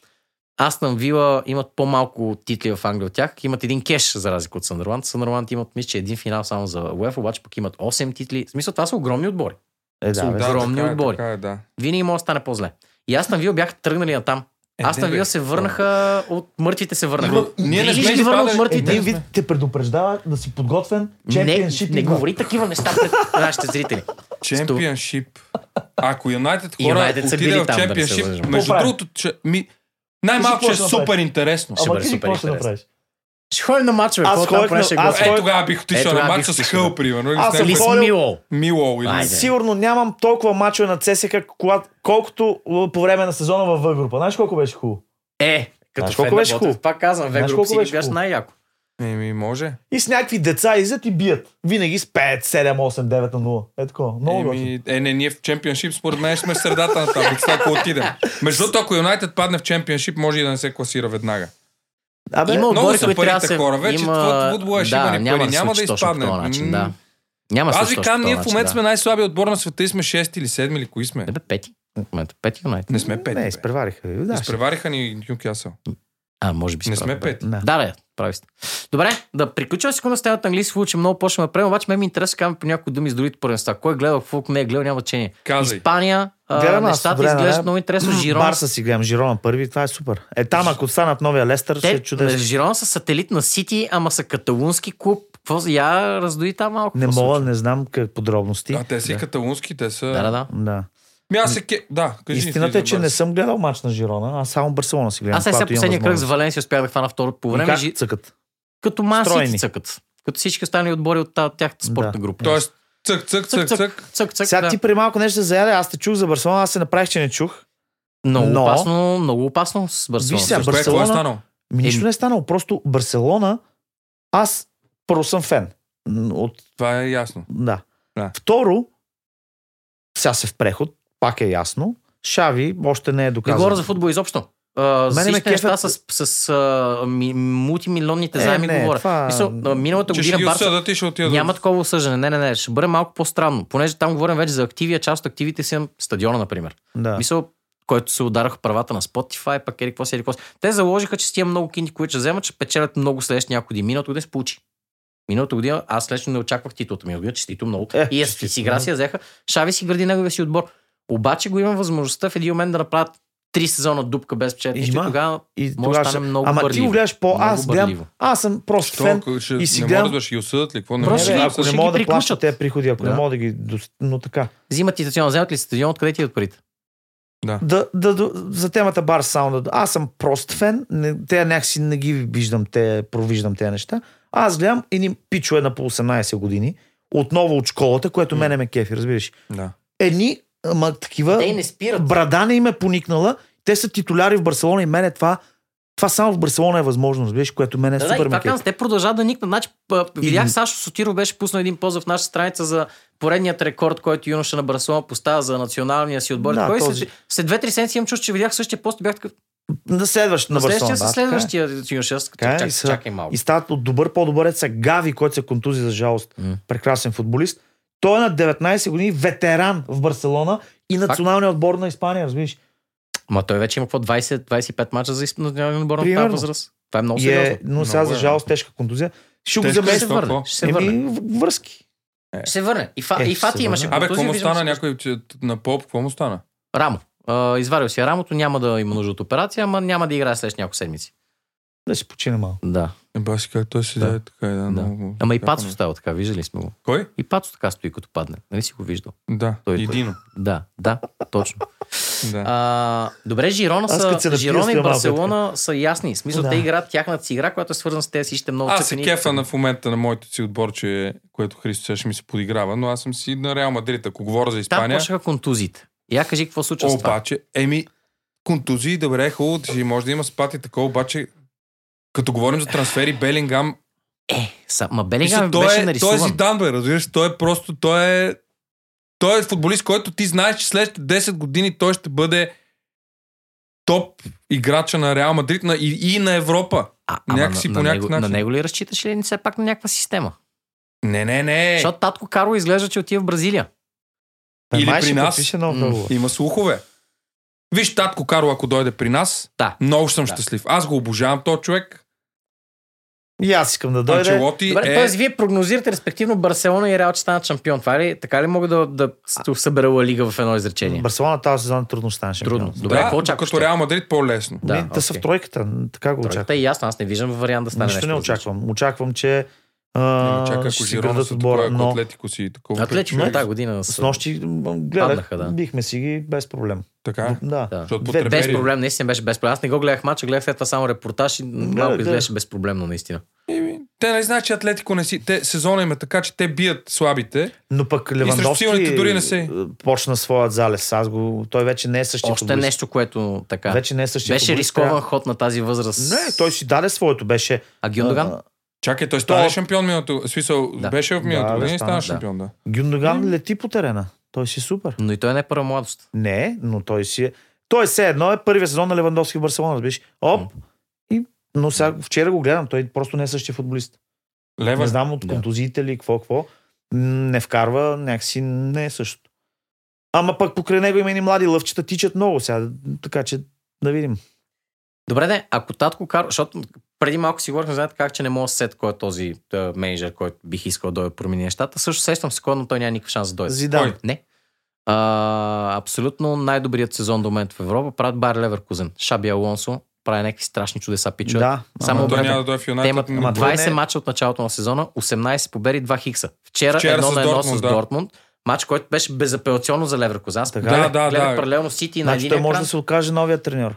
A: Астън Вила имат по-малко титли в Англия от тях. Имат един кеш, за разлика от Съндърланд. Съндърланд имат, мисля, че един финал само за УЕФ, обаче пък имат 8 титли. В смисъл, това са огромни отбори.
B: Е, да, бе.
A: Да. огромни
C: така е,
A: отбори.
C: така е, да.
A: Винаги може да стане по-зле. И Астън Вила бяха тръгнали на там.
C: Е,
A: Астън
C: не, бе.
A: Вила се върнаха от мъртвите се върнаха.
C: Бро, ние не
A: Грилиш
C: сме
A: ги върна от
C: изпадали- Е,
A: мъртвите.
B: Един вид Е, те предупреждава да си подготвен.
A: Не,
B: Championship
A: не
B: игра.
A: говори такива неща пред нашите зрители.
C: Чемпионшип. Ако Юнайтед хора
A: Юнайтед са били
C: отиде в
A: там, да не се
C: Чемпионшип,
A: лъжем.
C: между
B: Какво
C: другото, че, ми, най-малко ще е
B: Кажи какво ще
C: супер интересно.
A: Ще
B: Ама
A: бъде
B: ти ли
A: супер
B: какво ще
A: интересно.
B: направиш?
A: Ще ходим на мачове.
B: Аз
A: какво там
B: ходих на-
A: правеше
B: аз
A: гол?
B: ходих-
C: Е, тогава бих
A: Е,
C: отишъл на
A: тогава
C: мач
A: бих
C: с
A: отишъл.
C: Хъл, примерно. Или
B: Аз
C: с
B: съм
A: Или
C: някой
A: с
B: ходил-
A: Мило.
C: Мило. Или...
A: Айде.
C: с-
B: Сигурно нямам толкова мачове на ЦСКА, когато- колкото а, по време на сезона във В група. Знаеш колко беше хубаво?
A: Е, като
B: Знаеш
A: фен
B: колко
A: на
B: беше
A: Ботев,
B: хубаво?
A: Пак казвам, ве
B: Знаеш
A: групи
B: колко
A: си ги
B: беше
A: бяш
B: хубаво?
A: най-яко.
C: Еми, може.
B: И с някакви деца излизат и бият. Винаги с 5, 7, 8, 9 на 0. Е такова. Много готино.
C: Еми, е, не, ние в Чемпионшип, според мен, сме в средата на таблицата, ако отидем. Между другото, ако Юнайтед падне в Чемпионшип, може и да не се класира веднага.
B: Абе,
A: Има
C: много
A: отбори,
C: са
A: които трябва да
C: парите,
A: се...
C: хора. Вече това футбола ще има
A: да,
C: ни
A: няма
C: пари,
A: да, се
C: няма
A: случи
C: да
A: точно по този
C: изпадне.
A: начин,
C: М.
A: да. Няма да се
C: Аз ви
A: случи точно
C: казвам,
A: по този
C: ние в
A: начин,
C: момента
A: да.
C: сме най-слабият отбор на света и сме 6 или 7 или кои сме.
A: Не бе, пети. В момента пети Юнайтед.
C: Не сме 5.
B: Не, изпревариха. ви, Да, ще-
C: Изпревариха ни Нюкасъл.
A: А, може би си
C: Не
A: прав,
C: сме
A: да.
C: 5.
B: Да.
A: Да, да, прави сте. Добре, да приключвам секунда с темата английски футбол, че много почваме да правим, обаче ме ми интересно да кажем по някои думи с другите първенства. Кой е гледал, какво не е гледал, няма значение.
C: Казай.
A: Испания, а,
B: Гледам аз,
A: нещата
B: добре,
A: изглеждат
B: да.
A: много интересно. Жирон
B: Барса си гледам, Жирона първи, това е супер. Е там, ако станат новия Лестър, ще е
A: Те,
B: чудесно.
A: Жирон са сателит на Сити, ама са каталунски клуб. Какво, за- я раздуи там малко.
B: Не
A: какво се
B: мога,
A: случва?
B: не знам как подробности.
C: А те си каталунски, те са...
A: Да, да, да.
B: Да.
C: Ми аз се ке... Да, кажи
B: Истината
C: ти
B: е, че
C: за
B: не
C: Барса.
B: съм гледал матч на Жирона, а само Барселона си гледам.
A: Аз сега
B: когато имам
A: последния кръг
B: възможност.
A: за Валенсия успях да хвана второто по време.
B: И как
A: Жи...
B: цъкат?
A: Като Ман Сити
B: Стройни.
A: цъкат. Като всички останали отбори от та- тяхната спортна
B: Да.
A: група.
C: Тоест, цък, цък, цък, цък.
A: цък, цък,
B: Сега
A: да.
B: ти преди малко нещо се заяде, аз те чух за Барселона, аз се направих, че не чух.
A: Много
B: но-
A: опасно, много опасно с Барселона.
B: Виж сега,
C: Добре, какво е
B: Барселона-
C: станало?
B: Ми нищо
A: Еми.
B: не е станало, просто Барселона, аз първо съм фен. М, От,
C: Това е ясно.
B: да.
C: Да.
B: Второ, сега се в преход, пак е ясно. Шави още не е
A: Не
B: доказан.
A: говоря за футбол изобщо. А, за
B: Мене ме
A: всички неща
B: кефят-
A: с, с, а, ми, мултимилионните
B: Е,
A: заеми
B: не,
A: говоря.
B: това-
A: Мисъл, а, миналата
C: Че ще
A: година
C: ги
A: Барса
C: осъдат и ще отидат.
A: няма такова осъждане. Не, не, не, ще бъде малко по-странно. Понеже там говорим вече за активи, а част от активите си на стадиона, например.
B: Да.
A: Мисъл, който се удараха правата на Spotify, пък ери какво си, ери какво си. Те заложиха, че с тия много кинти, които ще вземат, ще печелят много следващи няколко години. Миналото година се получи. Миналата година аз лично не очаквах титлата. Миналата година честито много.
B: Е,
A: и е,
B: честито,
A: си игра
B: да.
A: си я взеха. Шави си гради неговия си отбор. Обаче го има възможността в един момент да направят три сезона дупка без печелят. И
B: Има.
A: тогава
B: и
A: може да
B: тогава
A: стане
B: ще-
A: много
B: Ама ти
A: бърливо.
B: го гледаш по... Аз
A: Много
B: гледам...
A: бърливо.
B: Аз съм просто фен.
C: Що, ще,
B: и си
C: не
B: гледам-
C: могат да ще ги осъдат ли? Какво не
A: Просто
C: може
B: Не,
A: ще-
B: бе,
C: да
A: ще
B: ако не
A: ги
B: мога да
A: приключат.
B: плащат тези приходи, ако не
A: Да.
B: мога да ги... дос- Но така.
A: взимат и стадион, вземат ли стадион, откъде ти идват парите?
B: Да, да, да, за темата бар саунда. Аз съм прост фен. Не, те някакси не ги виждам, те провиждам тези неща. Аз гледам едни пичове на по 18 години, отново от школата, което мене ме кефи, разбираш.
C: Да.
B: Едни, ама такива...
A: Те не спират.
B: Брада не им е поникнала. Те са титуляри в Барселона и мене това... Това само в Барселона е възможно, разбираш, което мене е
A: Да, да, и
B: супер
A: това
B: ме кефи.
A: казвам, те продължават да никнат. Значи, п- видях
B: И-
A: Сашо Сотиров беше пуснал един позъв в нашата страница за поредният рекорд, който юноша на Барселона поставя за националния си отбор.
B: Да,
A: Кой
B: този-
A: след, след две-три седмици имам чувство, че видях същия пост и бях такъв.
B: На следващ, на
A: На
B: Барселона.
A: следващия
B: да,
A: със
B: така е.
A: следващия юноша. Аз като
B: Така е,
A: чакай,
B: и са-
A: чакай малко.
B: и стават от добър по-добър е са Гави, който се контузи за жалост.
A: М.
B: Прекрасен футболист. Той е на 19 години ветеран в Барселона и националния отбор на Испания, разбираш.
A: Ма той вече има какво 20-25 мача за изп- национален отбор на тази
B: Примерно.
A: възраст. Това е много
B: И е,
A: сериозно.
B: но сега
C: Много
B: за
C: е.
B: жалост тежка контузия. Ще го
C: Тежка
A: Ще се
B: замести.
C: Тежко, какво?
A: върне. Ще се връща.
B: Еми, в- връзки.
A: Ще се върне. И, фа,
B: Е,
A: и
B: ще
A: Фати
B: се
A: имаше.
B: върне.
C: Абе,
A: контузия,
C: какво му
A: виждам
C: стана
A: се-
C: някой че- на поп? Какво му стана?
A: Рамо. А, извадил си рамото, няма да има нужда от операция, ама няма да играе след няколко седмици.
B: Да си почине малко.
A: Да.
C: Е, баси как той си даде така. Да, много...
A: Ама и
C: Какво не?
B: е.
A: Пацов става така, виждали сме го.
C: Кой?
A: И Пацо така стои, като падне. Нали си го виждал?
C: Да,
A: Той е
C: едино.
A: Да, да, точно.
C: Да.
A: А, добре, Жирона,
B: Аз
A: са,
B: като се напия,
A: Жирона и
B: стоя малко
A: Барселона са ясни. В смисъл,
B: Да.
A: те играят тяхната си игра, която е свързана с тези всичките много
C: Аз се
A: цъкани.
C: кефа на в момента на моето си отбор, че, което Христо сега ще ми се подиграва, но аз съм си на Реал Мадрид. Ако говоря за
A: Там
C: Испания,
A: почнаха контузиите. Я кажи какво случва с това.
C: обаче, еми, контузии, добре, хубаво, че може да има спад и такова, обаче, като говорим за трансфери, Белингам,
A: Са, ма
C: мисля,
A: Белингам
C: той,
A: беше
C: е, той е
A: нарисуван.
C: Зидан, бе, разбираш, той е просто, той е, той е футболист, който ти знаеш, че след 10 години той ще бъде топ играча на Реал Мадрид на, и, и на Европа.
A: А, ама
C: някакси
A: на, на,
C: по някакъв
A: него, на
C: начин.
A: него ли разчиташ или все пак на някаква система?
C: Не, не, не.
A: Защото татко Карло изглежда, че отива в Бразилия.
B: Та
C: Или
B: май
C: при
B: ще
C: нас.
B: подпише нов
A: М.
B: договор.
C: Има слухове. Виж, татко Карло, ако дойде при нас,
A: Да.
C: много съм
A: Да.
C: щастлив. Аз го обожавам този човек.
B: И аз искам да дойда.
C: Анчелоти
A: Добре,
C: е...
A: т.е. вие прогнозирате респективно Барселона и Реал, че станат шампион. Това е ли, така ли мога да, да с- събера Ла Лига в едно изречение?
B: Барселона тази сезон трудно стане шампион.
A: Трудно. Добре, какво
C: Да,
A: очакваш?
C: като Реал Мадрид по-лесно.
A: Да,
B: Да, да са в
A: окей.
B: тройката. Така го очаквам.
A: Тройката е ясно, аз не виждам вариант да стане
B: Нищо не
A: различно.
B: очаквам. Очаквам, че
C: Не,
B: а,
C: чакай, ако
B: ще си
C: Жирона
B: градат
C: са такова,
B: отбора,
C: ако
B: но
C: Атлетико си и такова.
A: Атлетико е,
C: пречи,
A: Значи, тази година са-
B: с нощи м, гледах,
A: Паднаха, да.
B: бихме си ги без проблем.
C: Така е.
B: Да.
A: Да.
C: Защото
B: Две-
A: Без
C: потребери.
A: проблем, наистина беше без проблем. Аз не го гледах мача, гледах след това само репортаж и малко
B: да.
A: изглеждаше безпроблемно, наистина.
C: Еми, Те не знаят, че Атлетико не си... Те, сезона им е така, че те бият слабите.
B: Но пък
C: срещу
B: Левандовски
C: силните дори не се.
B: е, почна своят залез. Аз го... Той вече не е същия
A: Още
B: футболист.
A: нещо, което така.
B: Вече не е същия
A: беше
B: футболист,
A: рискован
B: трябва-
A: ход на тази възраст.
B: Не, той си даде своето. Беше...
A: А Гюндоган?
B: а,
C: Чакай, той
B: То-
C: стана шампион миналото. в Смисъл,
A: Да.
C: беше в миналото
B: Да,
C: година
B: бе,
C: и
B: стана,
C: стана
A: да.
C: шампион, да.
B: Гюндоган лети по терена. Той си супер.
A: Но и той не е първа младост.
B: Не, но той си е... Той все едно е първия сезон на Левандовски в Барселона, разбираш. Оп! И... Но сега, вчера го гледам, той просто не е същия футболист. Не
C: Лева.
B: знам от
A: Да.
B: контузиите ли, какво, какво. М, Не вкарва, някакси не е същото. Ама пък покрай него има и млади лъвчета, тичат много сега, така че да видим.
A: Добре, не, ако татко Карло, защото преди малко си говорихме, знаете как, че не мога да се сет кой е този е, менеджер, който бих искал да дойде да промени нещата. Също сещам се кой, но той няма никакъв шанс да дойде.
B: Зидан.
C: Кой?
A: Не. А, абсолютно най-добрият сезон до момента в Европа правят Бар Леверкузен. Шаби Алонсо прави някакви страшни чудеса, пичове.
B: Да,
A: Само
C: Той
A: обратно.
C: няма да дойде е в
A: Те имат
C: Юнайтед.
B: Ама това
A: 20
B: не е-
A: мача от началото на сезона, 18 победи, 2 хикса. Вчера,
C: Вчера
A: едно
C: с
A: на едно
C: Дортмунд,
A: с
C: да.
A: Дортмунд. Мач, който беше безапелационно за Леверкузен. Аз
B: Така
A: гледах-
C: ли? Да, да,
A: гледах
C: да.
A: паралелно Сити на
B: значи
A: един
B: той може
A: екран.
B: да се окаже новия треньор.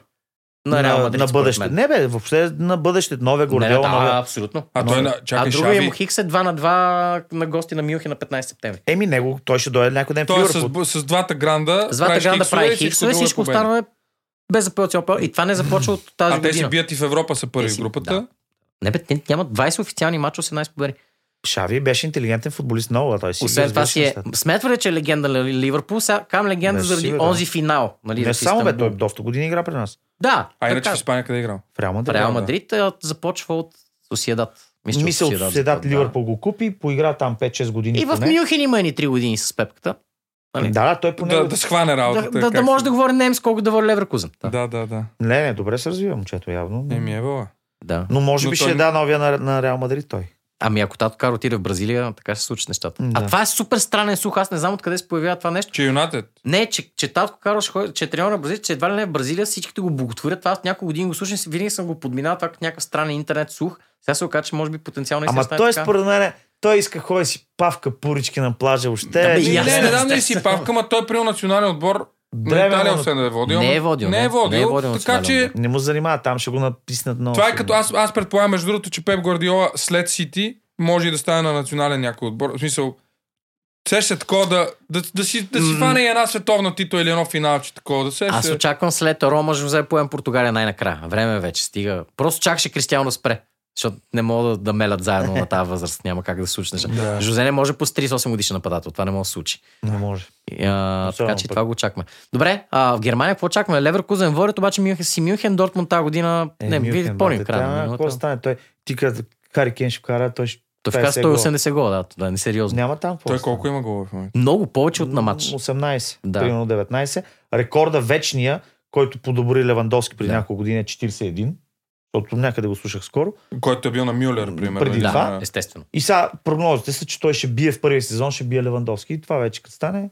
A: на Реал Мадрид.
B: на
A: според
B: бъдеще.
A: мен.
B: Не бе, въобще на бъдеще. Нове
A: Не, не,
B: Гордео,
A: да,
B: нове...
A: абсолютно.
C: А той на...
A: А
C: Чакай,
A: другия
C: Шави.
A: му Хикс е 2 на 2 на гости на Мюнхен на 15 септември.
B: Еми него, той ще дойде някой ден в
A: е
C: Той е с,
B: Ливърпул.
C: б- с двата гранда.
A: С двата
C: правиш
A: гранда
C: хиксове
A: прави
C: и
A: хиксове,
C: друго е
A: всичко
C: победа.
A: останало е без апелационен пел. И това не започва от тази
C: А те си
A: година.
C: бият и в Европа са първи
A: Те
C: в
A: си-
C: групата.
A: да. Не бе, те нямат 20 официални мача, 18 победи.
B: Шави беше интелигентен футболист много, а той си
A: Освен
B: ги
A: това
B: разбираше
A: си е...
B: нещата.
A: Сметва ли, че е легенда на Ливърпул, сега кам легенда
B: Не,
A: заради
B: сигурно.
A: онзи финал. Нали,
B: Не
A: с
B: само бе,
A: Истанбул.
B: той доста години игра при нас.
A: Да,
C: А иначе
A: така.
C: в Испания къде е играл?
B: В Реал Мадрид.
A: Реал
C: да.
A: Мадрид а, започва от Сосиедат. че е
B: Мисля, от Соседат
A: започва,
B: Ливърпул го купи, поигра там 5-6
A: да.
B: години.
A: И в
B: поне.
A: Мюнхен има едни 3 години с пепката.
B: Да,
A: Нали?
B: да, той поне...
C: Да, да схване
A: Да,
C: работата.
A: да, да
C: е, как
A: може
C: се-
A: да говори немски, колко да говори Леверкузен. Да.
C: Да, да, да.
B: Не, не, добре се развива момчето явно.
C: Не ми е била.
A: да.
B: Но може
C: Но
B: би
C: той
B: ще е,
C: не-
B: да новия на, на Реал Мадрид той.
A: Ами ако Тато Кар отиде в Бразилия, така ще се случат нещата.
B: М,
A: А
B: да.
A: това е супер странен слух, аз не знам откъде се появява това нещо.
C: Че Юнайтед.
A: Не, че, че Татко Карл ще ходи, че е треньор на Бразилия, че едва ли не в Бразилия всичките го боготворят. Това аз няколко години го слушам, и си- винаги съм го подминал това като някакъв странен интернет слух. Сега се оказа, че може би потенциално и се
B: Ама
A: стане
B: той
A: така.
B: според мен, той иска ходи си павка пурички на плажа, още
A: Да, бе,
B: е,
A: и
C: Не,
A: аз
C: не,
A: не
C: не дам да
A: знам.
C: си павка, ма той е приел национален отбор. На
B: Дребен
C: Италия
B: отбор.
C: освен да е водил.
A: Не е
C: но-
A: водил, не.
C: Не е
A: Не е
C: водил.
A: водил
C: Така
A: национален
C: че
A: отбор.
B: не му занимава, там ще го натиснат много.
C: това е
B: силно.
C: като аз, аз предполагам, между другото, че Пеп Гвардиола след Сити може и да стане на национален някой отбор. В смисъл, се ще е такова да, да, да, си, да си
A: М.
C: фане и една световна титла или едно финалче такова. Да се
A: Аз
C: се-
A: очаквам след Рома Жозе поем Португалия най-накрая. Време е вече стига. Просто чакаше Кристиано да спре. Защото не мога да, да мелят заедно на тази възраст. Няма как да се случи неща.
C: Да.
A: Жозе не може по 38 годишен нападател. Това не може да се случи.
B: Не може.
A: И, А,
B: Особено
A: така че
B: пък.
A: това го очакваме. Добре, а, в Германия какво очакваме? Леверкузен водят, обаче Мюнхен си Мюнхен, Дортмунд тази година.
B: Е,
A: не,
B: Мюнхен,
A: види по-ни в
B: брате,
A: края.
B: трябва,
A: на
B: Какво
A: миналата.
B: стане? Той ти като Хари Кен ще вкара, той ще...
A: Той вкара
B: 50 гола.
A: 180 гола, да, това е несериозно.
B: Няма там какво
C: Той
B: да
C: колко е?
B: стане.
C: има голове в момента?
A: Много повече от на матч.
B: 18,
A: Да.
B: примерно 19. Рекорда вечния, който подобри Левандовски преди
A: Да.
B: няколко години е 41, защото някъде го слушах скоро.
C: Който е бил на Мюлер, примерно.
B: Преди
C: или
A: Да,
B: това?
C: на-
A: естествено.
B: И сега прогнозите са, че той ще бие в първия сезон, ще бие Левандовски и това вече като стане,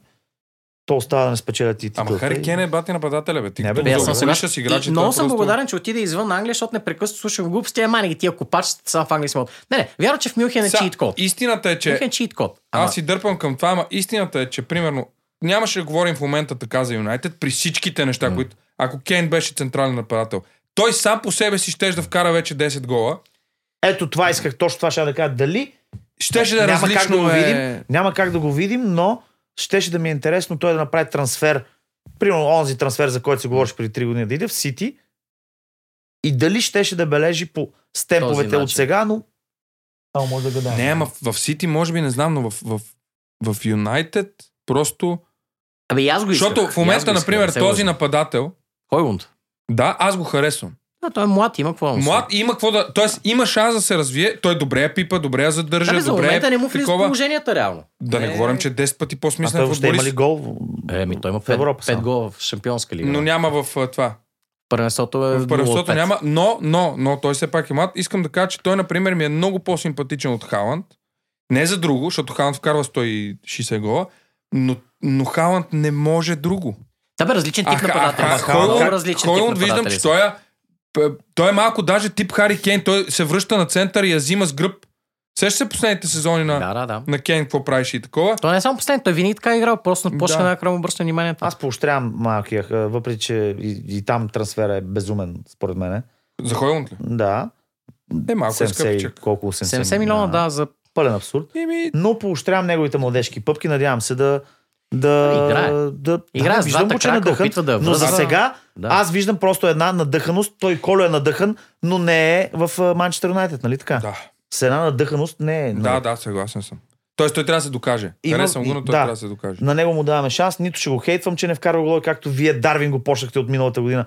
B: то остава да не спечелят и
C: Ама
B: титлата.
C: Хари
B: И-
C: Кен е бати нападателя, бе. Ти
B: Не, бе,
C: като
A: Бе, аз
C: го
A: съм
C: говориш
A: сега-
C: с играчи,
A: и
C: той
A: Много съм
C: просто-
A: благодарен, че отиде извън Англия, защото непрекъснато слушам глупости. Ема не ги тия копачите са в Англия смот. Не, не, вярвам, че в Мюнхен е
C: Са,
A: чийт код.
C: Истината е, че
A: Мюнхен е чийт код. Ама,
C: аз си дърпам към това, ама истината е, че примерно нямаше да говорим в момента така за Юнайтед при всичките неща, които ако Кейн беше централен нападател, той сам по себе си щеше да вкара вече 10 гола.
B: Ето това исках, точно това ще да кажа. Дали
C: Щеше да е
B: няма
C: различно.
B: как да го
C: е...
B: видим, няма как да го видим, но щеше да ми е интересно той да направи трансфер, примерно онзи трансфер, за който се говореше преди 3 години, да иде в Сити и дали щеше да бележи по стемповете
A: начин.
B: от сега, но само може да гадаем.
C: Не, ама в, в Сити може би не знам, но в, в, в Юнайтед просто...
A: Абе, и аз го искам.
C: Защото в момента, например, този нападател,
A: Хойвунд.
C: да, аз го харесвам.
A: Да, той е млад, има какво да му се
C: Млад има какво да. Тоест, има шанс да се развие. Той добре я пипа, добре я задържа.
A: Да, бе, за
C: добре
A: момента не му влизат
C: такова.
A: положенията реално.
C: Да не,
A: Не.
C: говорим, че 10
B: а
C: пъти
B: той
C: по-смислен
B: въобще има ли
C: футболист.
B: гол?
A: Е, ми, той има
B: В Европа
A: 5
B: само.
A: гола в Шампионска лига.
C: Но няма в а, това.
A: Първенството е
C: В първенството
A: 0-5.
C: няма, но, но, но той все пак е млад. Искам да кажа, че той, например, ми е много по-симпатичен от Халанд. Не за друго, защото Халанд вкарва 160 гола, но, но Халанд не може друго.
A: Да, бе, различен Е, тип нападател.
C: а,
A: Ма,
C: Хойлунд-
A: Много различен тип
C: Хойлунд виждам,
A: нападатели
C: че
A: са.
C: той е, п- той е малко даже тип Хари Кейн. Той се връща на център и я взима с гръб. Сещаш се последните сезони на,
A: Да, да, да.
C: на Кейн, какво правиш и такова?
A: Той не е само последен, той винаги така е играл, просто почна
C: Да.
A: да. на му обръща внимание. на това.
B: Аз поощрявам малкия, а, въпреки че и, и там трансфера е безумен, според мен.
C: За Хойланд ли?
B: Да.
C: Е, малко е
B: 70 и
C: скъпчик.
B: колко 80,
A: 70 милиона, да, за
B: Пълен абсурд.
C: Еми,
B: но поощрявам неговите младежки пъпки. Надявам се да. Да,
A: Играе.
B: да,
A: Играе
B: да,
A: с
B: виждам
A: двата
B: му, че е
A: крака,
B: надъхан,
A: опитва да
B: но за
A: връзва.
B: сега
A: Да.
B: да. аз виждам просто една надъханост. Той Коло е надъхан, но не е в Манчестър Юнайтед, нали така?
C: да.
B: С една надъханост не е.
C: Да, да, съгласен съм. Тоест той трябва да се докаже.
B: Има-
C: Харесвам го, но
B: да.
C: той трябва да се докаже.
B: На него му даваме шанс, нито ще го хейтвам, че не вкарва гол, както вие Дарвин го почнахте от миналата година.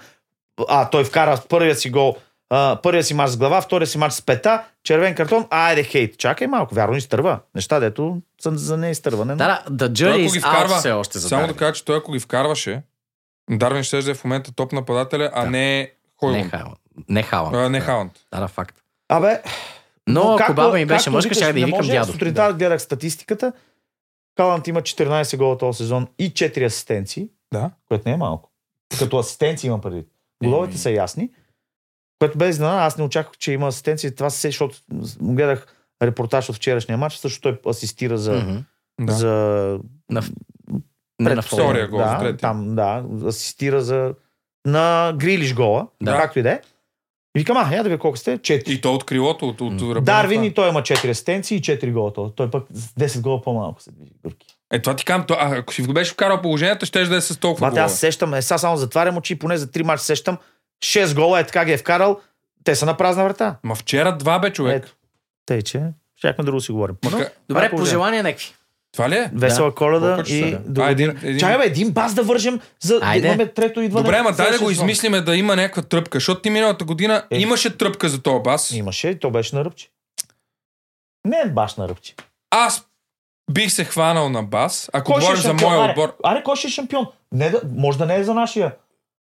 B: А, той вкара първия си гол, а, първия си мач с глава, втория си мач с пета, червен картон, айде хейт. Чакай малко, вярно изтърва. Неща, дето са за неизтърване. но-
A: Да, да, да,
C: Той
A: jury
C: ако
A: is
C: ги
A: out
C: вкарва,
A: все още за
C: само да
A: Дарвин.
C: кажа, че той ако ги вкарваше, Дарвин ще да е в момента топ нападателя, а
A: Да.
C: не
A: Не
C: Хойланд.
A: Халанд. Не Халанд.
C: е А, Не Халанд.
A: Да, да, факт.
B: Абе,
A: Но, ако
B: както-
A: баба ми беше
B: както
A: мъжка,
B: викаш,
A: ще да я
B: не
A: викам
B: може.
A: дядо.
B: Сутринта гледах статистиката. Халанд има 14 гола този сезон и 4 асистенции,
C: Да.
B: което не е малко. Като асистенции имам предвид. Головите
C: Еми.
B: са ясни. Което бе изненада, аз не очаквах, че има асистенции. Това се, защото гледах репортаж от вчерашния матч, също той асистира за,
A: Мгм.
C: Да.
B: за
A: Не на
B: предпоследния.
A: фолия.
C: Втория гол, за
B: да,
C: третия.
B: там, да, асистира за на Грилиш гола,
A: Да.
B: както и да е. И викам, а, я да ви колко сте? Четири.
C: И то от крилото, от, от ръба на
B: Дарвин
C: това.
B: и той има 4 асистенции и 4 гола. Той, той пък с 10 гола по-малко се движи. Гърки.
C: Е, това ти кам, а, ако си го беше вкарал положението, ще да е с толкова
B: Бате,
C: гола.
B: аз сещам, е, сега само затварям очи, поне за 3 мача сещам, 6 гола е така ги е вкарал, те са на празна врата.
C: Ма вчера два бе, човек.
B: Ето. Тъй, че щяхме друго да си говорим.
C: Ма,
B: Но,
C: ка...
B: Това
A: Добре,
B: е положение.
A: пожелания някакви.
C: Това ли е?
B: Весела коледа
C: Колко часа,
B: и...
C: да?
B: друго.
C: А, един- един-
B: Чакай, бе, един бас да вържем, за да
A: Айде.
B: имаме трето идване.
C: Добре, ма дай да
B: Следващия
C: го
B: сезон.
C: измислиме да има някаква тръпка, защото ти миналата година
B: Е.
C: имаше тръпка за този бас.
B: Имаше, то беше на ръбче. Не е баш на ръбче.
C: Аз бих се хванал на бас, ако говорим за
B: е шампион?
C: моя
B: Аре,
C: отбор.
B: Аре, кой ще е шампион? Не да, може да не е за нашия.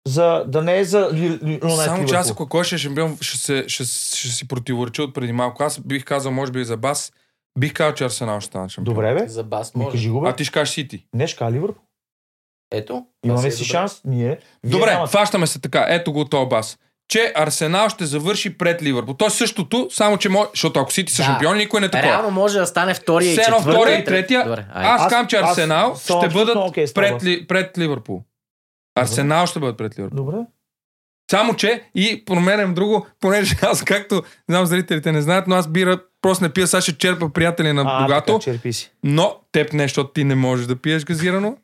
B: За, да не е за Ли- Ли- Юнайтед
C: Само че
B: Ливърпул.
C: аз, ако кой ще е шампион, ще, се, ще, ще си противоречи от преди малко. Аз бих казал, може би за бас, бих казал, че Арсенал ще стане шампион.
B: Добре, бе.
A: За бас
B: Ми
A: може.
B: кажи го, бе.
C: А ти ще кажеш Сити.
B: Не, ще кажа Ливърпул.
A: Ето.
B: Имаме си шанс. Ние. Вие
C: е Добре,
B: нямате.
C: фащаме се така. Ето го този бас. Че Арсенал ще завърши пред Ливърпул. То е същото, само че може, защото ако Сити са
A: Да.
C: шампион, никой не е такова.
A: Реално може да стане втория и
C: Все едно
A: четвъртия.
C: втория и
A: трет-
C: третия.
A: Добре, айде.
C: Аз
B: Аз-
C: кам, че
B: аз
C: Арсенал
B: съм
C: ще бъдат
B: абсолютно окей с това,
C: пред, ли, пред Ливърпул. Арсенал ще бъдат пред Ливърпул.
B: Добре.
C: Само, че и променям друго, понеже аз, както знам, зрителите не знаят, но аз бира просто не пия, сега ще черпа приятели на
B: А,
C: богато,
B: така, черпи си.
C: но теб не, защото ти не можеш да пиеш газирано.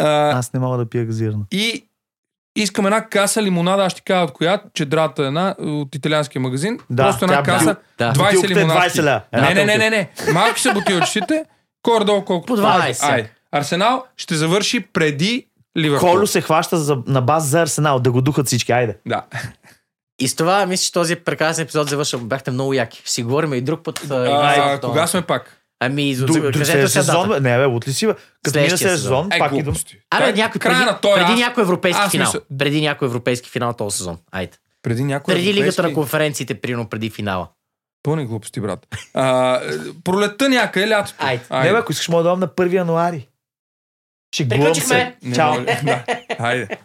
C: А,
B: Аз не мога да пия газирана.
C: и искам една каса лимонада, аз ще кажа от коя, чедрата една от италианския магазин.
B: Да,
C: просто
B: тя
C: една каса,
A: Да.
C: 20
B: Бутилката е
C: лимонадки.
B: 20 ля.
C: Не, не, не, не, не. Малки са бутилчетите. Кор долу колкото.
A: По 20.
C: Ай, Арсенал ще завърши преди Ливърпул.
B: Колю се хваща за, на бас за Арсенал, да го духат всички. Айде.
C: Да.
A: И с това мисля, че този прекрасен епизод завършвам. Бяхте много яки. Ще си говорим и друг път. а, и
C: А,
A: за
C: а,
A: това.
C: кога сме пак?
A: Ами, за-
B: Друг, друг
A: кажете
B: следващия
A: сега
B: е сезон.
A: дата.
B: бе. Не, бе, от ли си, бе? Като
A: Следващия
B: мина следващия сезон,
C: Е,
B: пак идвам.
C: глупости.
A: Абе,
C: Как-
A: някой
C: края
A: преди,
C: на той,
A: преди
C: аз-
A: някой европейски
C: аз
A: финал.
C: мисля-
A: Преди някой европейски финал този сезон. Айде.
C: Преди някой
A: Преди лигата на
C: европейски-
A: конференциите, прино преди финала.
C: Пълни глупости, брат. А, е, пролетта някъде, лятото.
A: Айде.
B: Не, бе, ако искаш, мога да дам на 1 януари. Ще глъм
A: Приключихме.
B: се.
C: Не
B: Чао.
C: мога- Да. Айде.